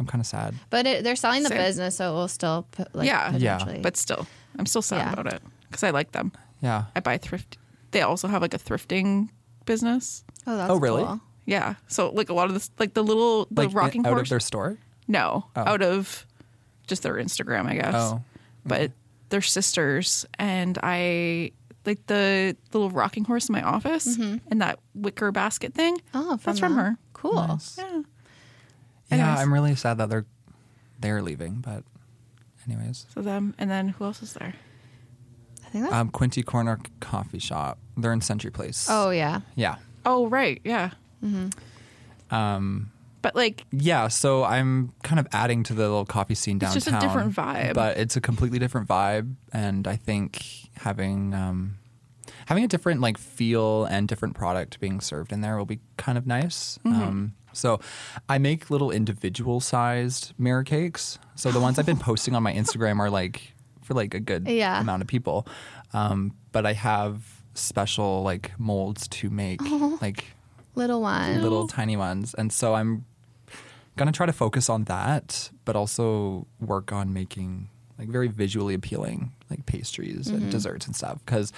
I'm kind of sad. But it, they're selling the Same. business, so it will still put, like Yeah. Yeah. potentially. But still, I'm still sad Yeah. about it because I like them. Yeah. I buy thrift. They also have like a thrifting business. oh, that's Oh, really? cool. Yeah. So like a lot of this, like the little the like rocking in- out horse. of their store. no, out of just their Instagram, I guess. Oh. But they're sisters, and I like the little rocking horse in my office and that wicker basket thing. Oh, that's from from that. her. Cool. Yeah. Yeah, Anyways. I'm really sad that they're they're leaving. But anyways, So them, and then who else is there? I think that's. um, Quincy Corner Coffee Shop. They're in Century Place. oh yeah. yeah, Oh, right. Yeah. um, But like, yeah. So I'm kind of adding to the little coffee scene downtown. It's just a different vibe. but it's a completely different vibe, and I think having um, having a different like feel and different product being served in there will be kind of nice. Mm-hmm. Um, so I make little individual sized mirror cakes. So the ones I've been posting on my Instagram are like for like a good Yeah. amount of people, um, but I have special like molds to make like Little one. little tiny ones. And so I'm gonna try to focus on that, but also work on making like very visually appealing like pastries Mm-hmm. and desserts and stuff. Because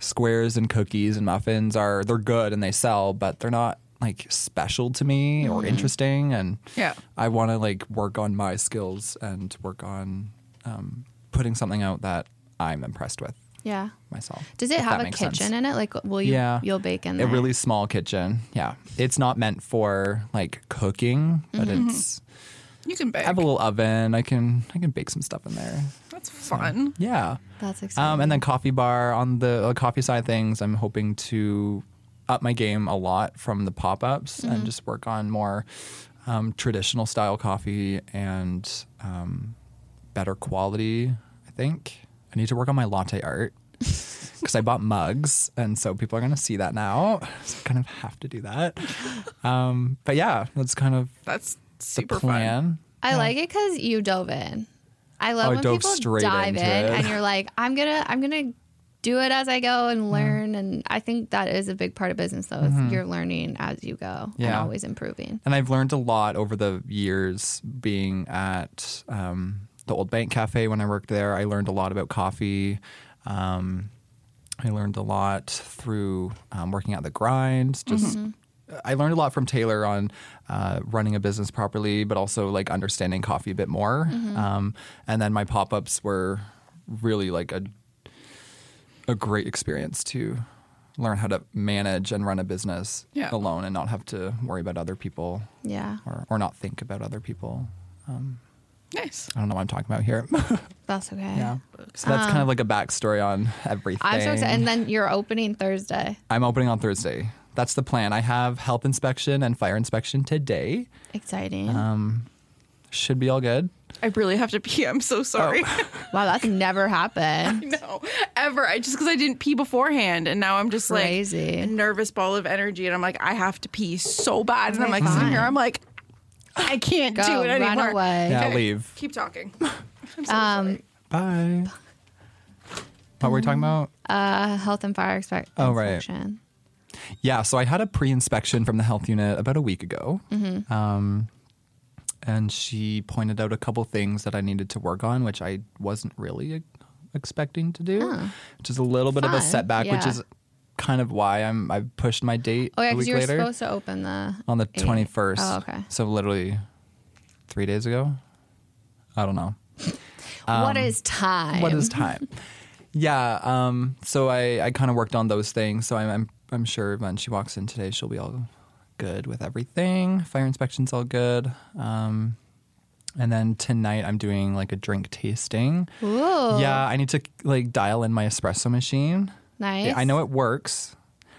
squares and cookies and muffins are they're good and they sell, but they're not like special to me Mm-hmm. or interesting. And Yeah. I want to like work on my skills and work on um, putting something out that I'm impressed with Yeah. myself. Does it if have that a makes kitchen sense in it? Like, will you? yeah You'll bake in a there. really Mm-hmm. small kitchen yeah it's not meant for like cooking but it's You can bake. I have a little oven. I can I can bake some stuff in there. That's fun. Yeah. That's exciting. Um, and then coffee bar on the uh, coffee side of things. I'm hoping to up my game a lot from the pop ups Mm-hmm. and just work on more um, traditional style coffee and um, better quality. I think I need to work on my latte art because I bought mugs, and so people are going to see that now. So I kind of have to do that. Um, but yeah, that's kind of That's the super fun. plan. I like it because you dove in. I love Oh, I when dove people straight dive in into it. and you're like, I'm gonna, I'm gonna do it as I go and learn. And I think that is a big part of business, though. Is you're learning as you go and Mm-hmm. Yeah. always improving. And I've learned a lot over the years being at um, the Old Bank Cafe when I worked there. I learned a lot about coffee. Um, I learned a lot through um, working at the grind. Just I learned a lot from Taylor on uh, running a business properly, but also like understanding coffee a bit more. Um, and then my pop ups were really like a a great experience to learn how to manage and run a business Yeah. alone and not have to worry about other people Yeah, or, or not think about other people. Nice. I don't know what I'm talking about here. that's okay. yeah. So that's kind of like a backstory on everything. Um, I'm so excited. And then you're opening Thursday. I'm opening on Thursday. That's the plan. I have health inspection and fire inspection today. Exciting. Um, Should be all good. I really have to pee. I'm Oh. so sorry. wow, that's never happened. no, ever. I just because I didn't pee beforehand, and now I'm just Crazy. like a nervous ball of energy, and I'm like, I have to pee so bad, and I'm like sitting here, Fine. I'm like, I can't Go do it run anymore. away. Yeah, Okay. leave. Keep talking. Um, Bye. What were we talking about? uh, health and fire expect- Oh, right. inspection. Yeah, so I had a pre-inspection from the health unit about a week ago, Mm-hmm. um, and she pointed out a couple things that I needed to work on, which I wasn't really e- expecting to do, which is a little bit of Oh. Fun, a setback, which yeah. is kind of why I'm I've pushed my date Oh yeah, a because week you were later supposed to open the on the eight. twenty first. Oh, okay. So literally three days ago. I don't know. what is time? Um, What is time? yeah. Um, so I, I kind of worked on those things. So I'm, I'm I'm sure when she walks in today, she'll be all good with everything. Fire inspection's all good. Um, and then tonight I'm doing like a drink tasting. Ooh, Yeah, I need to like dial in my espresso machine. nice. I know it works.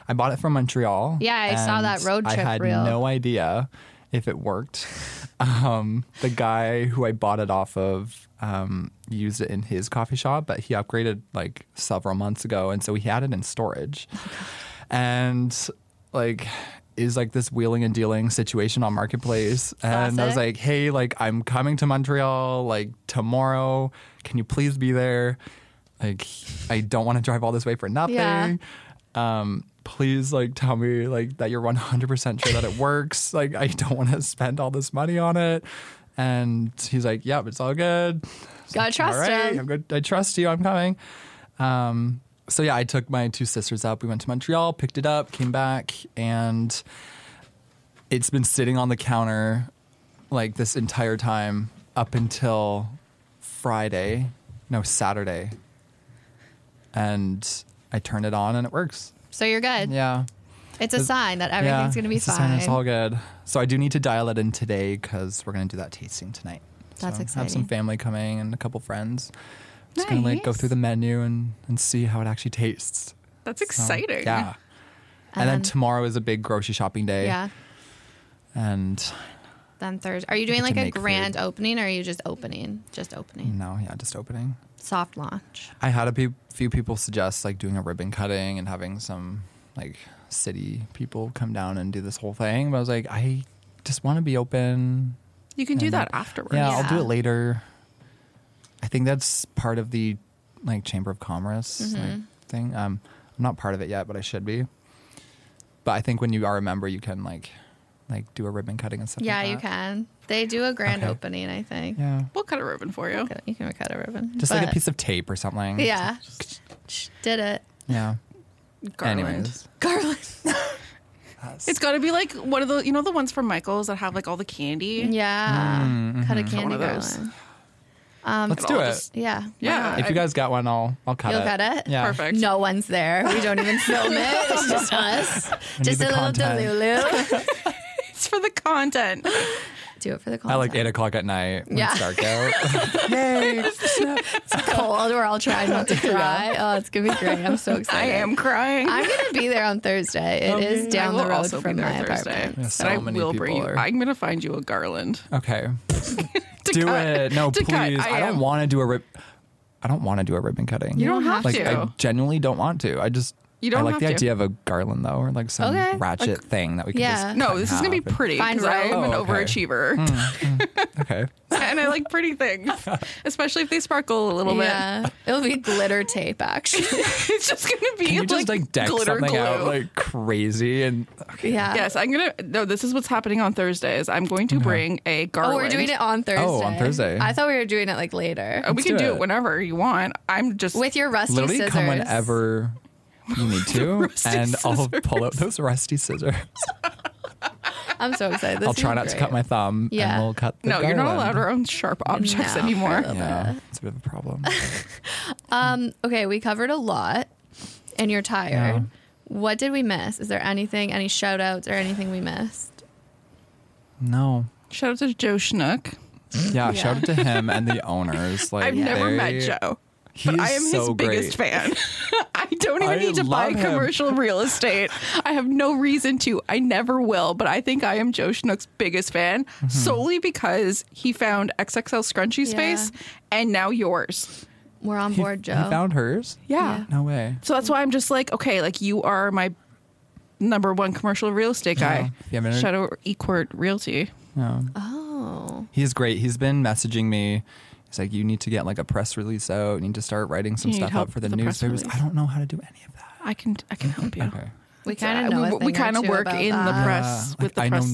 I bought it from Montreal. Yeah, I saw and that road I trip had reel. no idea if it worked. Um, the guy who I bought it off of um, used it in his coffee shop, but he upgraded like several months ago, and so he had it in storage. and like is like this wheeling and dealing situation on marketplace and i was Classic. like hey like i'm coming to montreal like tomorrow can you please be there like i don't want to drive all this way for nothing Yeah. um please like tell me like that you're 100% sure that it works like i don't want to spend all this money on it and he's like yep it's all good It's Gotta trust all right, him. I'm good. i trust you i'm coming um so yeah i took my two sisters up we went to montreal picked it up came back and it's been sitting on the counter like this entire time up until friday no saturday and i turned it on and it works So you're good. yeah. It's a sign that everything's Yeah. going to be It's a sign fine. It's all good. So I do need to dial it in today because we're going to do that tasting tonight. That's so I Have some exciting. family coming and a couple friends. Just gonna like go Nice. through the menu and, and see how it actually tastes. That's So, exciting. yeah. And then Um, tomorrow is a big grocery shopping day. yeah. And Then Thursday. Are you doing get like to a make food. grand opening or are you just opening? Just opening. no, yeah, just opening. Soft launch. I had a pe- few people suggest like doing a ribbon cutting and having some like city people come down and do this whole thing. But I was like, I just want to be open. You can do And, that like, afterwards. Yeah, I'll do Yeah. it later. I think that's part of the like Chamber of Commerce Mm-hmm. like, thing. Um, I'm not part of it yet, but I should be. But I think when you are a member, you can like like do a ribbon cutting and stuff. Yeah, like you that. can. They do a grand Okay. opening, I think. Yeah, We'll cut a ribbon for you. You can cut a ribbon. just like a But- piece of tape or something. Yeah. Did it. Yeah. Garland. Anyways, Garland. It's got to be like one of the you know the ones from Michaels that have like all the candy. Yeah. Mm-hmm. Cut a candy one of those. garland. let's do all it. just- Yeah. why Yeah. not? if you guys got one, I'll I'll cut You'll it. cut it? Yeah. Perfect. No one's there. We don't even film it. It's just us. need Just a the little content. delulu. It's for the content. Do it for the cold. At like eight o'clock at night when Yeah. it's dark out. Yay! cold. We're all trying not to cry. Oh, it's gonna be great. I'm so I excited. am crying. I'm gonna be there on Thursday. Oh, It is I down will the road also be from there my Thursday. apartment. Yeah, so and I many will bring you. people are- I'm gonna find you a garland. Okay. To do cut. it. No, To please. cut. I, don't am- want to do a rib. I don't want to do a ribbon cutting. You don't have like, to. I genuinely don't want to. I just. You don't I like have the to. idea of a garland though, or like some Okay. ratchet thing that we can Yeah. just. no, this is gonna be pretty Fine because I am row. an Oh, okay. overachiever, Okay. and I like pretty things, especially if they sparkle a little bit. Yeah, it'll be glitter tape. Actually, It's just gonna be Can you like, just like deck glitter something glue. out like crazy and okay. yeah. yes, I'm gonna. No, this is what's happening on Thursdays. I'm going to bring a Oh, garland. we're doing it on Thursday. Oh, on Thursday. I thought we were doing it like later And Uh, we Let's can do do it. it. whenever you want. I'm just with your rusty literally scissors. come whenever you need to, Rusty and I'll pull out those rusty scissors. I'm so excited. This I'll try not to cut my thumb, Yeah. and we'll cut. The no. You're not garland. allowed around sharp objects No. anymore. Yeah, it's a bit of a problem. Um. Okay, we covered a lot, and you're tired. Yeah. What did we miss? Is there anything, any shout outs or anything we missed? no. Shout out to Joe Schnook. Yeah, shout out to him and the owners. Like I've never met they- Joe. He But is I am so his biggest great. fan. I don't even I need to buy love him. commercial real estate. I have no reason to. I never will, but I think I am Joe Schnook's biggest fan Mm-hmm. solely because he found XXL Yeah. Scrunchy Space and now yours. We're on He- board, Joe. He found hers. Yeah. Yeah. No way. So that's why I'm just like, okay, like you are my number one commercial real estate guy. Yeah. Yeah, I mean- Shout out Equart Realty. No. oh, He's great. He's been messaging me. He's like, you need to get like a press release out. You need to start writing some You need stuff help up for the, with the press newspapers. release. I don't know how to do any of that. I can I can help you. Okay. we So kind of know. a we, thing we or kind of two work about in the that. press Uh, with the I press. know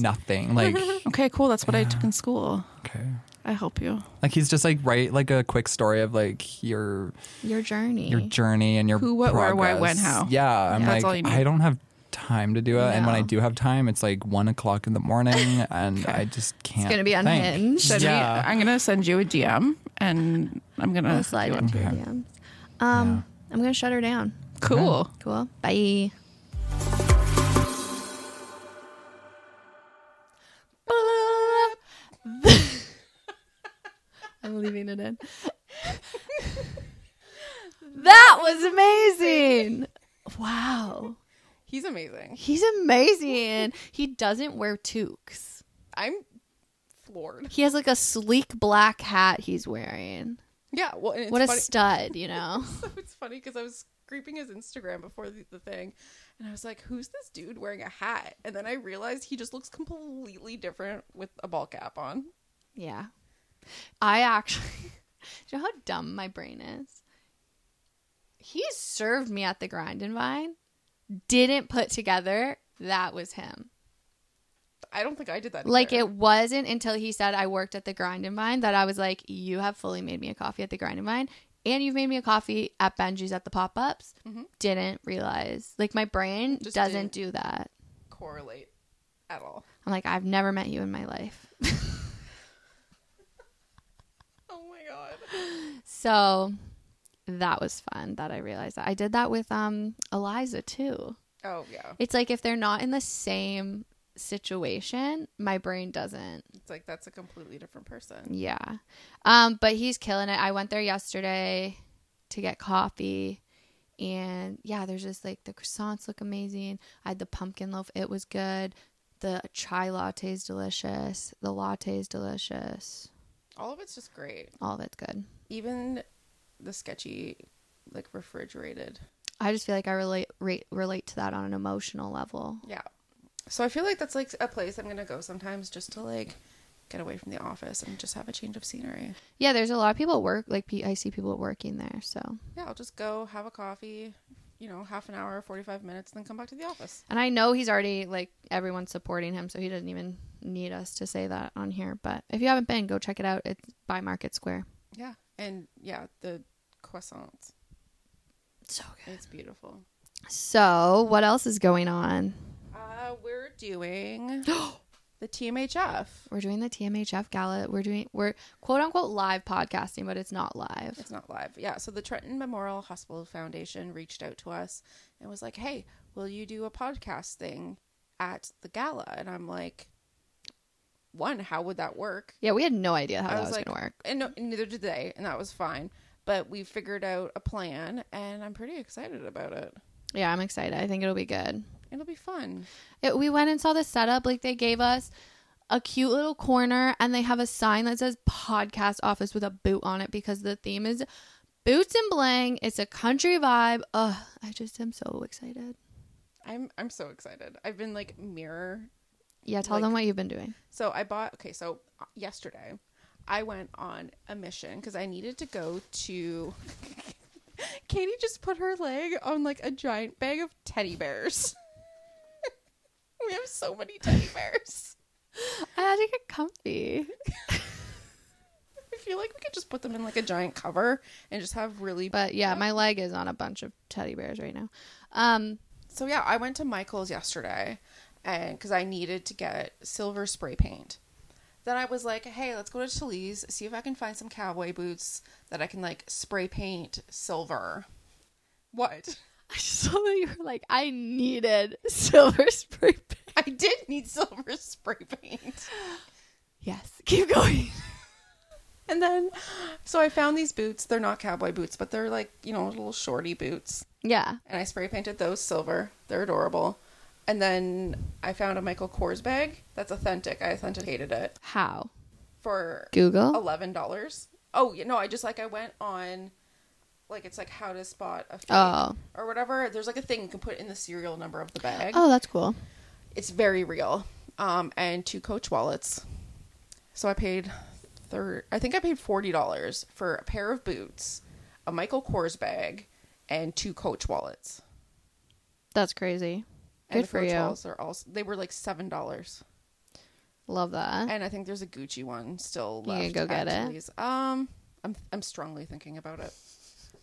nothing. Like, Okay, cool. That's what I took in school. okay. I help you. Like he's just like write like a quick story of like your your journey. your journey and your Who, what, where, progress. why, when, how. Yeah, I'm Yeah. That's all you like, need. I don't have time to do it, and when I No. do have time, it's like one o'clock in the morning, and I just can't. gonna be think. unhinged. Send Yeah. me, I'm gonna send you a DM, and I'm gonna I'll slide do it. into your Okay. DMs. Um, I'm gonna shut her down. Cool. Cool. Bye. I'm leaving it in. That was amazing. Wow. He's amazing. He's amazing. He doesn't wear toques. I'm floored. He has like a sleek black hat he's wearing. Yeah. Well, and it's what a funny. stud, you know? it's funny because I was creeping his Instagram before the, the thing, and I was like, "Who's this dude wearing a hat?" And then I realized he just looks completely different with a ball cap on. Yeah. I actually, do you know how dumb my brain is? He served me at the grind and vine, didn't put together that was him. I don't think I did that. Like either. it wasn't until he said I worked at the grind and vine that I was like, you have fully made me a coffee at the grind and vine. And you've made me a coffee at Benji's at the pop ups. Didn't realize. Like my brain Mm-hmm. Just doesn't didn't. do that. correlate at all. I'm like, I've never met you in my life. Oh my god. So that was fun that I realized that. I did that with um Eliza too. Oh yeah. It's like if they're not in the same situation, my brain doesn't. It's like that's a completely different person. Yeah. Um but he's killing it. I went there yesterday to get coffee and yeah, there's just like the croissants look amazing. I had the pumpkin loaf. It was good. The chai latte is delicious. The latte is delicious. All of it's just great. All of it's good. even the sketchy like refrigerated I just feel like I relate re- relate to that on an emotional level. yeah so i feel like that's like a place i'm gonna go sometimes just to like get away from the office and just have a change of scenery Yeah, there's a lot of people at work. Like pe- I see people working there. So, yeah i'll just go have a coffee you know half an hour 45 minutes and then come back to the office and I know he's already like everyone's supporting him, so he doesn't even need us to say that on here. But if you haven't been, go check it out. It's by Market Square. yeah and yeah the croissants So good. it's beautiful So what else is going on? uh we're doing the tmhf We're doing the TMHF gala. We're doing we're quote unquote live podcasting, but it's not live. It's not live. Yeah. So the Trenton Memorial Hospital Foundation reached out to us and was like, hey, will you do a podcast thing at the gala? And I'm like, one, how would that work? Yeah, we had no idea how I Oh, that was was like- going to work. And, no, and neither did they, and that was fine. But we figured out a plan, and I'm pretty excited about it. Yeah, I'm excited. I think it'll be good. It'll be fun. It, we went and saw the setup. Like they gave us a cute little corner, and they have a sign that says "Podcast Office" with a boot on it because the theme is boots and bling. It's a country vibe. Ugh, I just am so excited. I'm I'm so excited. I've been like mirror Yeah, tell Like- them what you've been doing. So I bought okay, so uh, yesterday I went on a mission because I needed to go to Katie just put her leg on like a giant bag of teddy bears. we have so many teddy bears. I had to get comfy. I feel like we could just put them in like a giant cover and just have really But yeah, my leg is on a bunch of teddy bears right now. Um, So yeah, I went to Michael's yesterday, and because I needed to get silver spray paint. Then I was like, hey, let's go to Talese, see if I can find some cowboy boots that I can like spray paint silver. What? I just saw that you were like, I needed silver spray paint. I did need silver spray paint. Yes, keep going. And then, so I found these boots. They're not cowboy boots, but they're like, you know, little shorty boots. Yeah. and I spray painted those silver. They're adorable. And then I found a Michael Kors bag that's authentic. I authenticated it How? for Google? eleven dollars. Oh, you know, I just like I went on, like it's like how to spot a fake Oh. or whatever. There's like a thing you can put in the serial number of the bag. Oh, that's cool. It's very real. Um, and two Coach wallets. So I paid third. I think I paid forty dollars for a pair of boots, a Michael Kors bag, and two Coach wallets. That's crazy. And Good the for Coach you. Walls are also they were like seven dollars, Love that. and I think there's a Gucci one still. You gonna Left go get at it? Tilly's. Um, I'm I'm strongly thinking about it.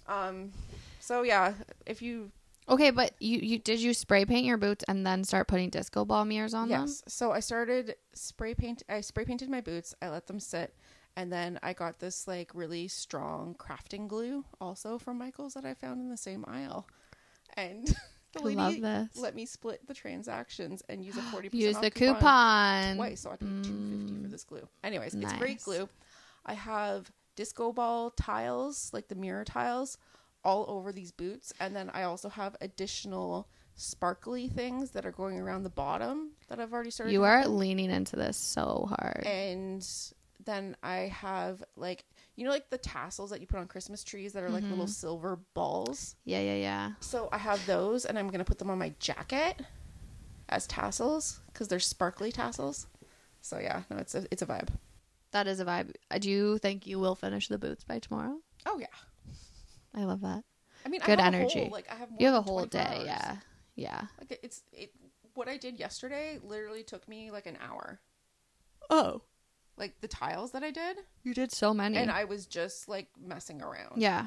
Um, so yeah, if you okay, but you, you did you spray paint your boots and then start putting disco ball mirrors on them? yes, so I started spray paint. I spray painted my boots. I let them sit, and then I got this like really strong crafting glue also from Michaels that I found in the same aisle, and. The I lady love this. let me split the transactions and use a forty percent Use the coupon. coupon. twice, so I paid two fifty for this glue. Anyways, it's mm, Nice. great glue. I have disco ball tiles, like the mirror tiles, all over these boots, and then I also have additional sparkly things that are going around the bottom that I've already started. You to are happen. leaning into this so hard. and then I have like you know like the tassels that you put on Christmas trees that are like Mm-hmm. little silver balls. yeah, yeah, yeah. So I have those, and I'm gonna put them on my jacket as tassels because they're sparkly tassels. So yeah, no, it's a it's a vibe. That is a vibe. I do think you will finish the boots by tomorrow. Oh yeah, I love that. I mean, Good I have A energy. whole, like I have more You have a than whole 24 day. hours. Yeah. Yeah. like it's it. What I did yesterday literally took me like an hour. Oh. Like the tiles that I did, You did so many. and I was just like messing around. yeah.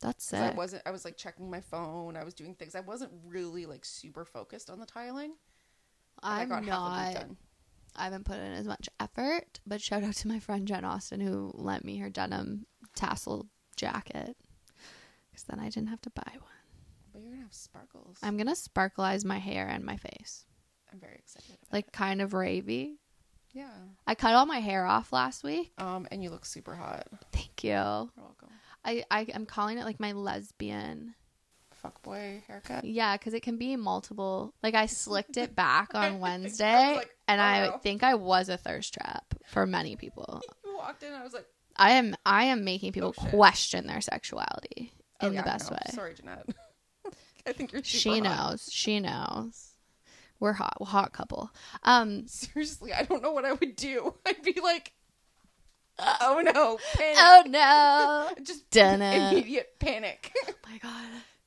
That's 'Cause I sick. wasn't. I was like checking my phone. I was doing things. I wasn't really like super focused on the tiling. Like, I'm I got half of not. it done. I haven't put in as much effort, but shout out to my friend Jen Austin who lent me her denim tassel jacket because then I didn't have to buy one. But you're gonna have sparkles. I'm, I'm gonna sparkleize my hair and my face, very excited. About like kind of ravy. it. yeah. I cut all my hair off last week. Um, and you look super hot. Thank you. You're welcome. I I am calling it like my lesbian. Fuckboy haircut. Yeah, because it can be multiple. Like I slicked it back on Wednesday, like, and oh, I no. think I was a thirst trap for many people. You walked in. I was like, I am I am making people Oh, shit. question their sexuality oh, in yeah, I the best know. way. Sorry, Jeanette. I think you're. Super She hot. knows. She knows. We're hot. We're hot couple. Um. seriously, I don't know what I would do. I'd be like, oh no, panic. Oh no. just Oh dunno. immediate panic. my god.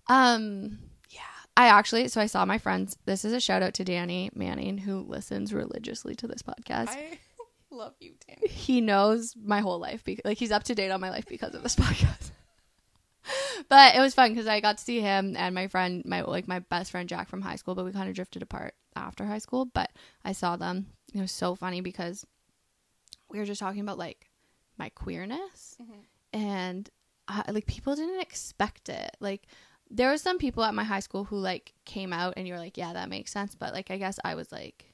Um. Yeah. I actually. So I saw my friends. This is a shout out to Danny Manning who listens religiously to this podcast. I love you, Danny. he knows my whole life because like he's up to date on my life because of this podcast but it was fun because i got to see him and my friend my like my best friend jack from high school but we kind of drifted apart after high school but i saw them it was so funny because we were just talking about like my queerness Mm-hmm. and I, like people didn't expect it like there were some people at my high school who like came out and you were like yeah that makes sense but like i guess i was like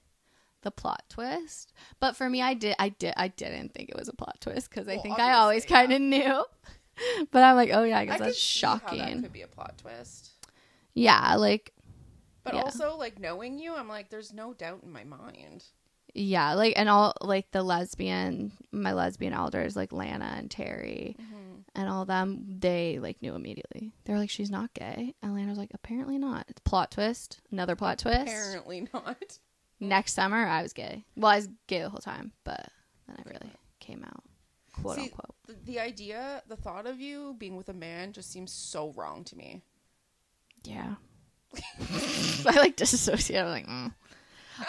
the plot twist. But for me, I did, I did, I didn't think it was a plot twist because I Well, think I always obviously, yeah. kind of knew. but I'm like, oh yeah, I guess I could that's see how that shocking. could be a plot twist. yeah, like But Yeah. also, like knowing you, I'm like, there's no doubt in my mind. yeah, like and all like the lesbian, my lesbian elders like Lana and Terry Mm-hmm. and all them, they like knew immediately. They were like, she's not gay, and Lana was like, apparently not. It's plot twist, another plot twist. Apparently not. Next summer, I was gay. Well, I was gay the whole time, but then I really came out, quote See, unquote. The, the idea, the thought of you being with a man just seems so wrong to me. Yeah. I like disassociate. I'm like, mm.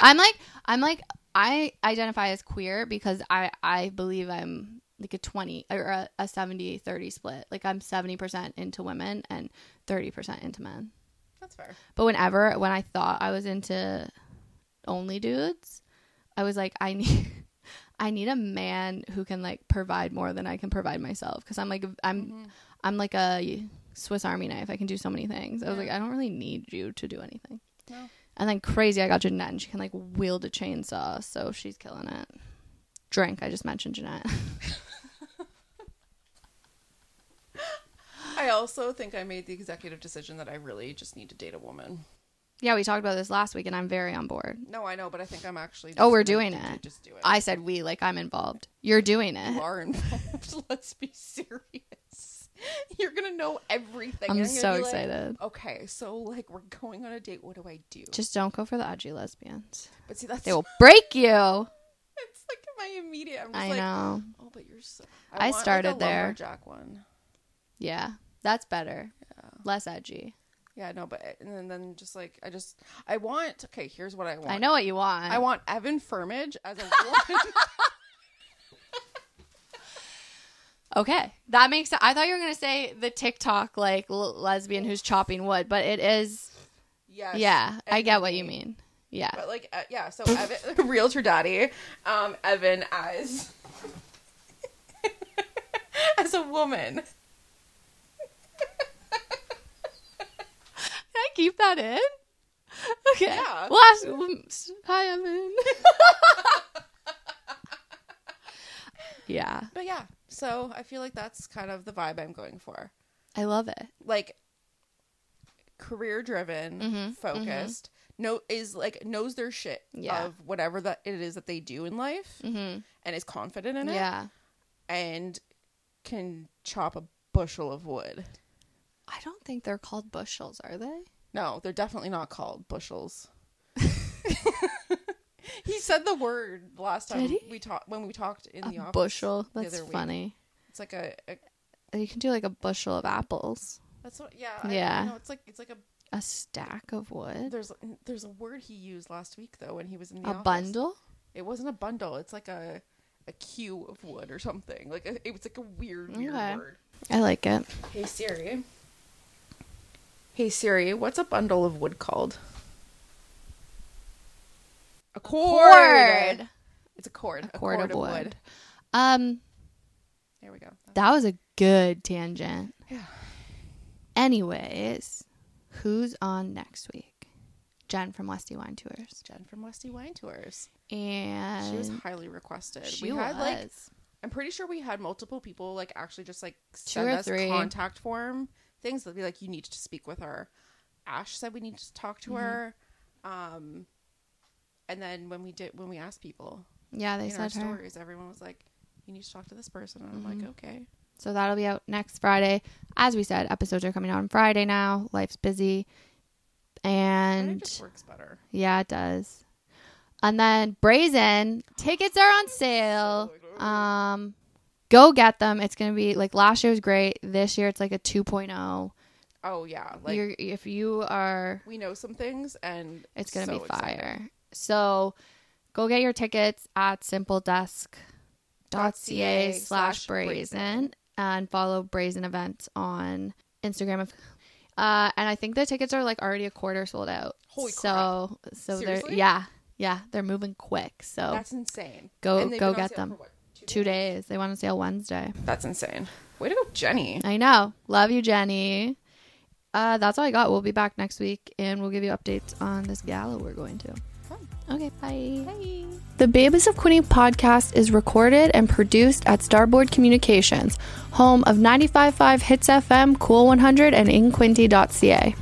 I'm like, I'm like, I identify as queer because I, I believe I'm like a 20 or a, a 70 30 split. Like I'm 70% into women and 30% into men. That's fair. But whenever, when I thought I was into only dudes, I was like, I need. I need a man who can like provide more than I can provide myself because I'm like I'm I'm like a Swiss Army knife. I can do so many things. I was Yeah. like, I don't really need you to do anything. No. And then crazy, I got Jeanette, and she can like wield a chainsaw, so she's killing it. Drink. I just mentioned Jeanette. I also think I made the executive decision that I really just need to date a woman. yeah, we talked about this last week, and I'm very on board. No, I know, but I think I'm actually. Oh, just we're doing gonna need to it. Just do it. I said we, like I'm involved. You're doing it. you are involved. Let's be serious. You're gonna know everything. I'm and so gonna be like, excited. okay, so like we're going on a date. What do I do? Just don't go for the edgy lesbians. but see, that's They will break you. it's like my immediate. I'm just I like, know. Oh, but you're so. I want, like, a started there. lumberjack one. Yeah, that's better. Less edgy. Yeah, no, but and then, then just like I just I want. Okay, here's what I want. I know what you want. I want Evan Firmage as a woman. Okay, that makes. I thought you were gonna say the TikTok like l- lesbian who's chopping wood, but it is. yes. yeah, I and get what you me. mean. Yeah, But like, uh, yeah. So Evan, realtor daddy, um, Evan as as a woman. can I keep that in? Okay. Yeah. Well, ask- um, s- hi Evan. yeah, But yeah, so I feel like that's kind of the vibe I'm going for. I love it. Like career driven, focused. No is like knows their shit Yeah. of whatever that it is that they do in life, and is confident in it, Mm-hmm. Yeah, and can chop a bushel of wood. I don't think they're called bushels, are they? No, they're definitely not called bushels. he said the word last time Did he? we talked when we talked in the A office. bushel. the That's other week. funny. It's like a, a You can do like a bushel of apples, that's what yeah I- Yeah. I know, it's like it's like a a stack of wood, There's there's a word he used last week though when he was in the a office. bundle. It wasn't a bundle. It's like a a cue of wood or something. Like a, it was like a weird weird Okay. word. I like it. Hey Siri. Hey Siri, what's a bundle of wood called? A cord. Cord. It's a cord. A cord of wood. Um, There we go. that was a good tangent. Yeah. Anyways, who's on next week? Jen from Westy Wine Tours. Jen from Westy Wine Tours. And She was highly requested. she we had like was. I'm pretty sure we had multiple people like actually just like Two send or us three. contact form things that be like you need to speak with her. Ash said we need to talk Mm-hmm. to her. Um and then when we did when we asked people yeah, they in our said her. Mm-hmm. stories, everyone was like, You need to talk to this person and I'm like, Okay. So that'll be out next Friday. As we said, episodes are coming out on Friday now. Life's busy. And it And just works better. Yeah, it does. And then Brazen tickets are on sale. Um, go get them. It's gonna be like last year was great. This year it's like a 2.0. Oh yeah. Like Like, You're, if you are, we know some things and it's gonna so be excited. fire. So go get your tickets at simpledesk.ca slash brazen and follow Brazen Events on Instagram. If- Uh, and I think the tickets are like already a quarter sold out. Holy so, so they're Seriously? yeah, yeah, they're moving quick. So That's Oh. insane. Go- And they've go been on get sale them. for what, two days. They want to sale Wednesday. That's insane. Way to go, Jenny. I know. Love you, Jenny. Uh, that's all I got. We'll be back next week and we'll give you updates on this gala we're going to. fun. Okay, bye. Bye. The Babies of Quinny podcast is recorded and produced at Starboard Communications, home of 95.5 Hits FM, Cool 100, and inquinty.ca.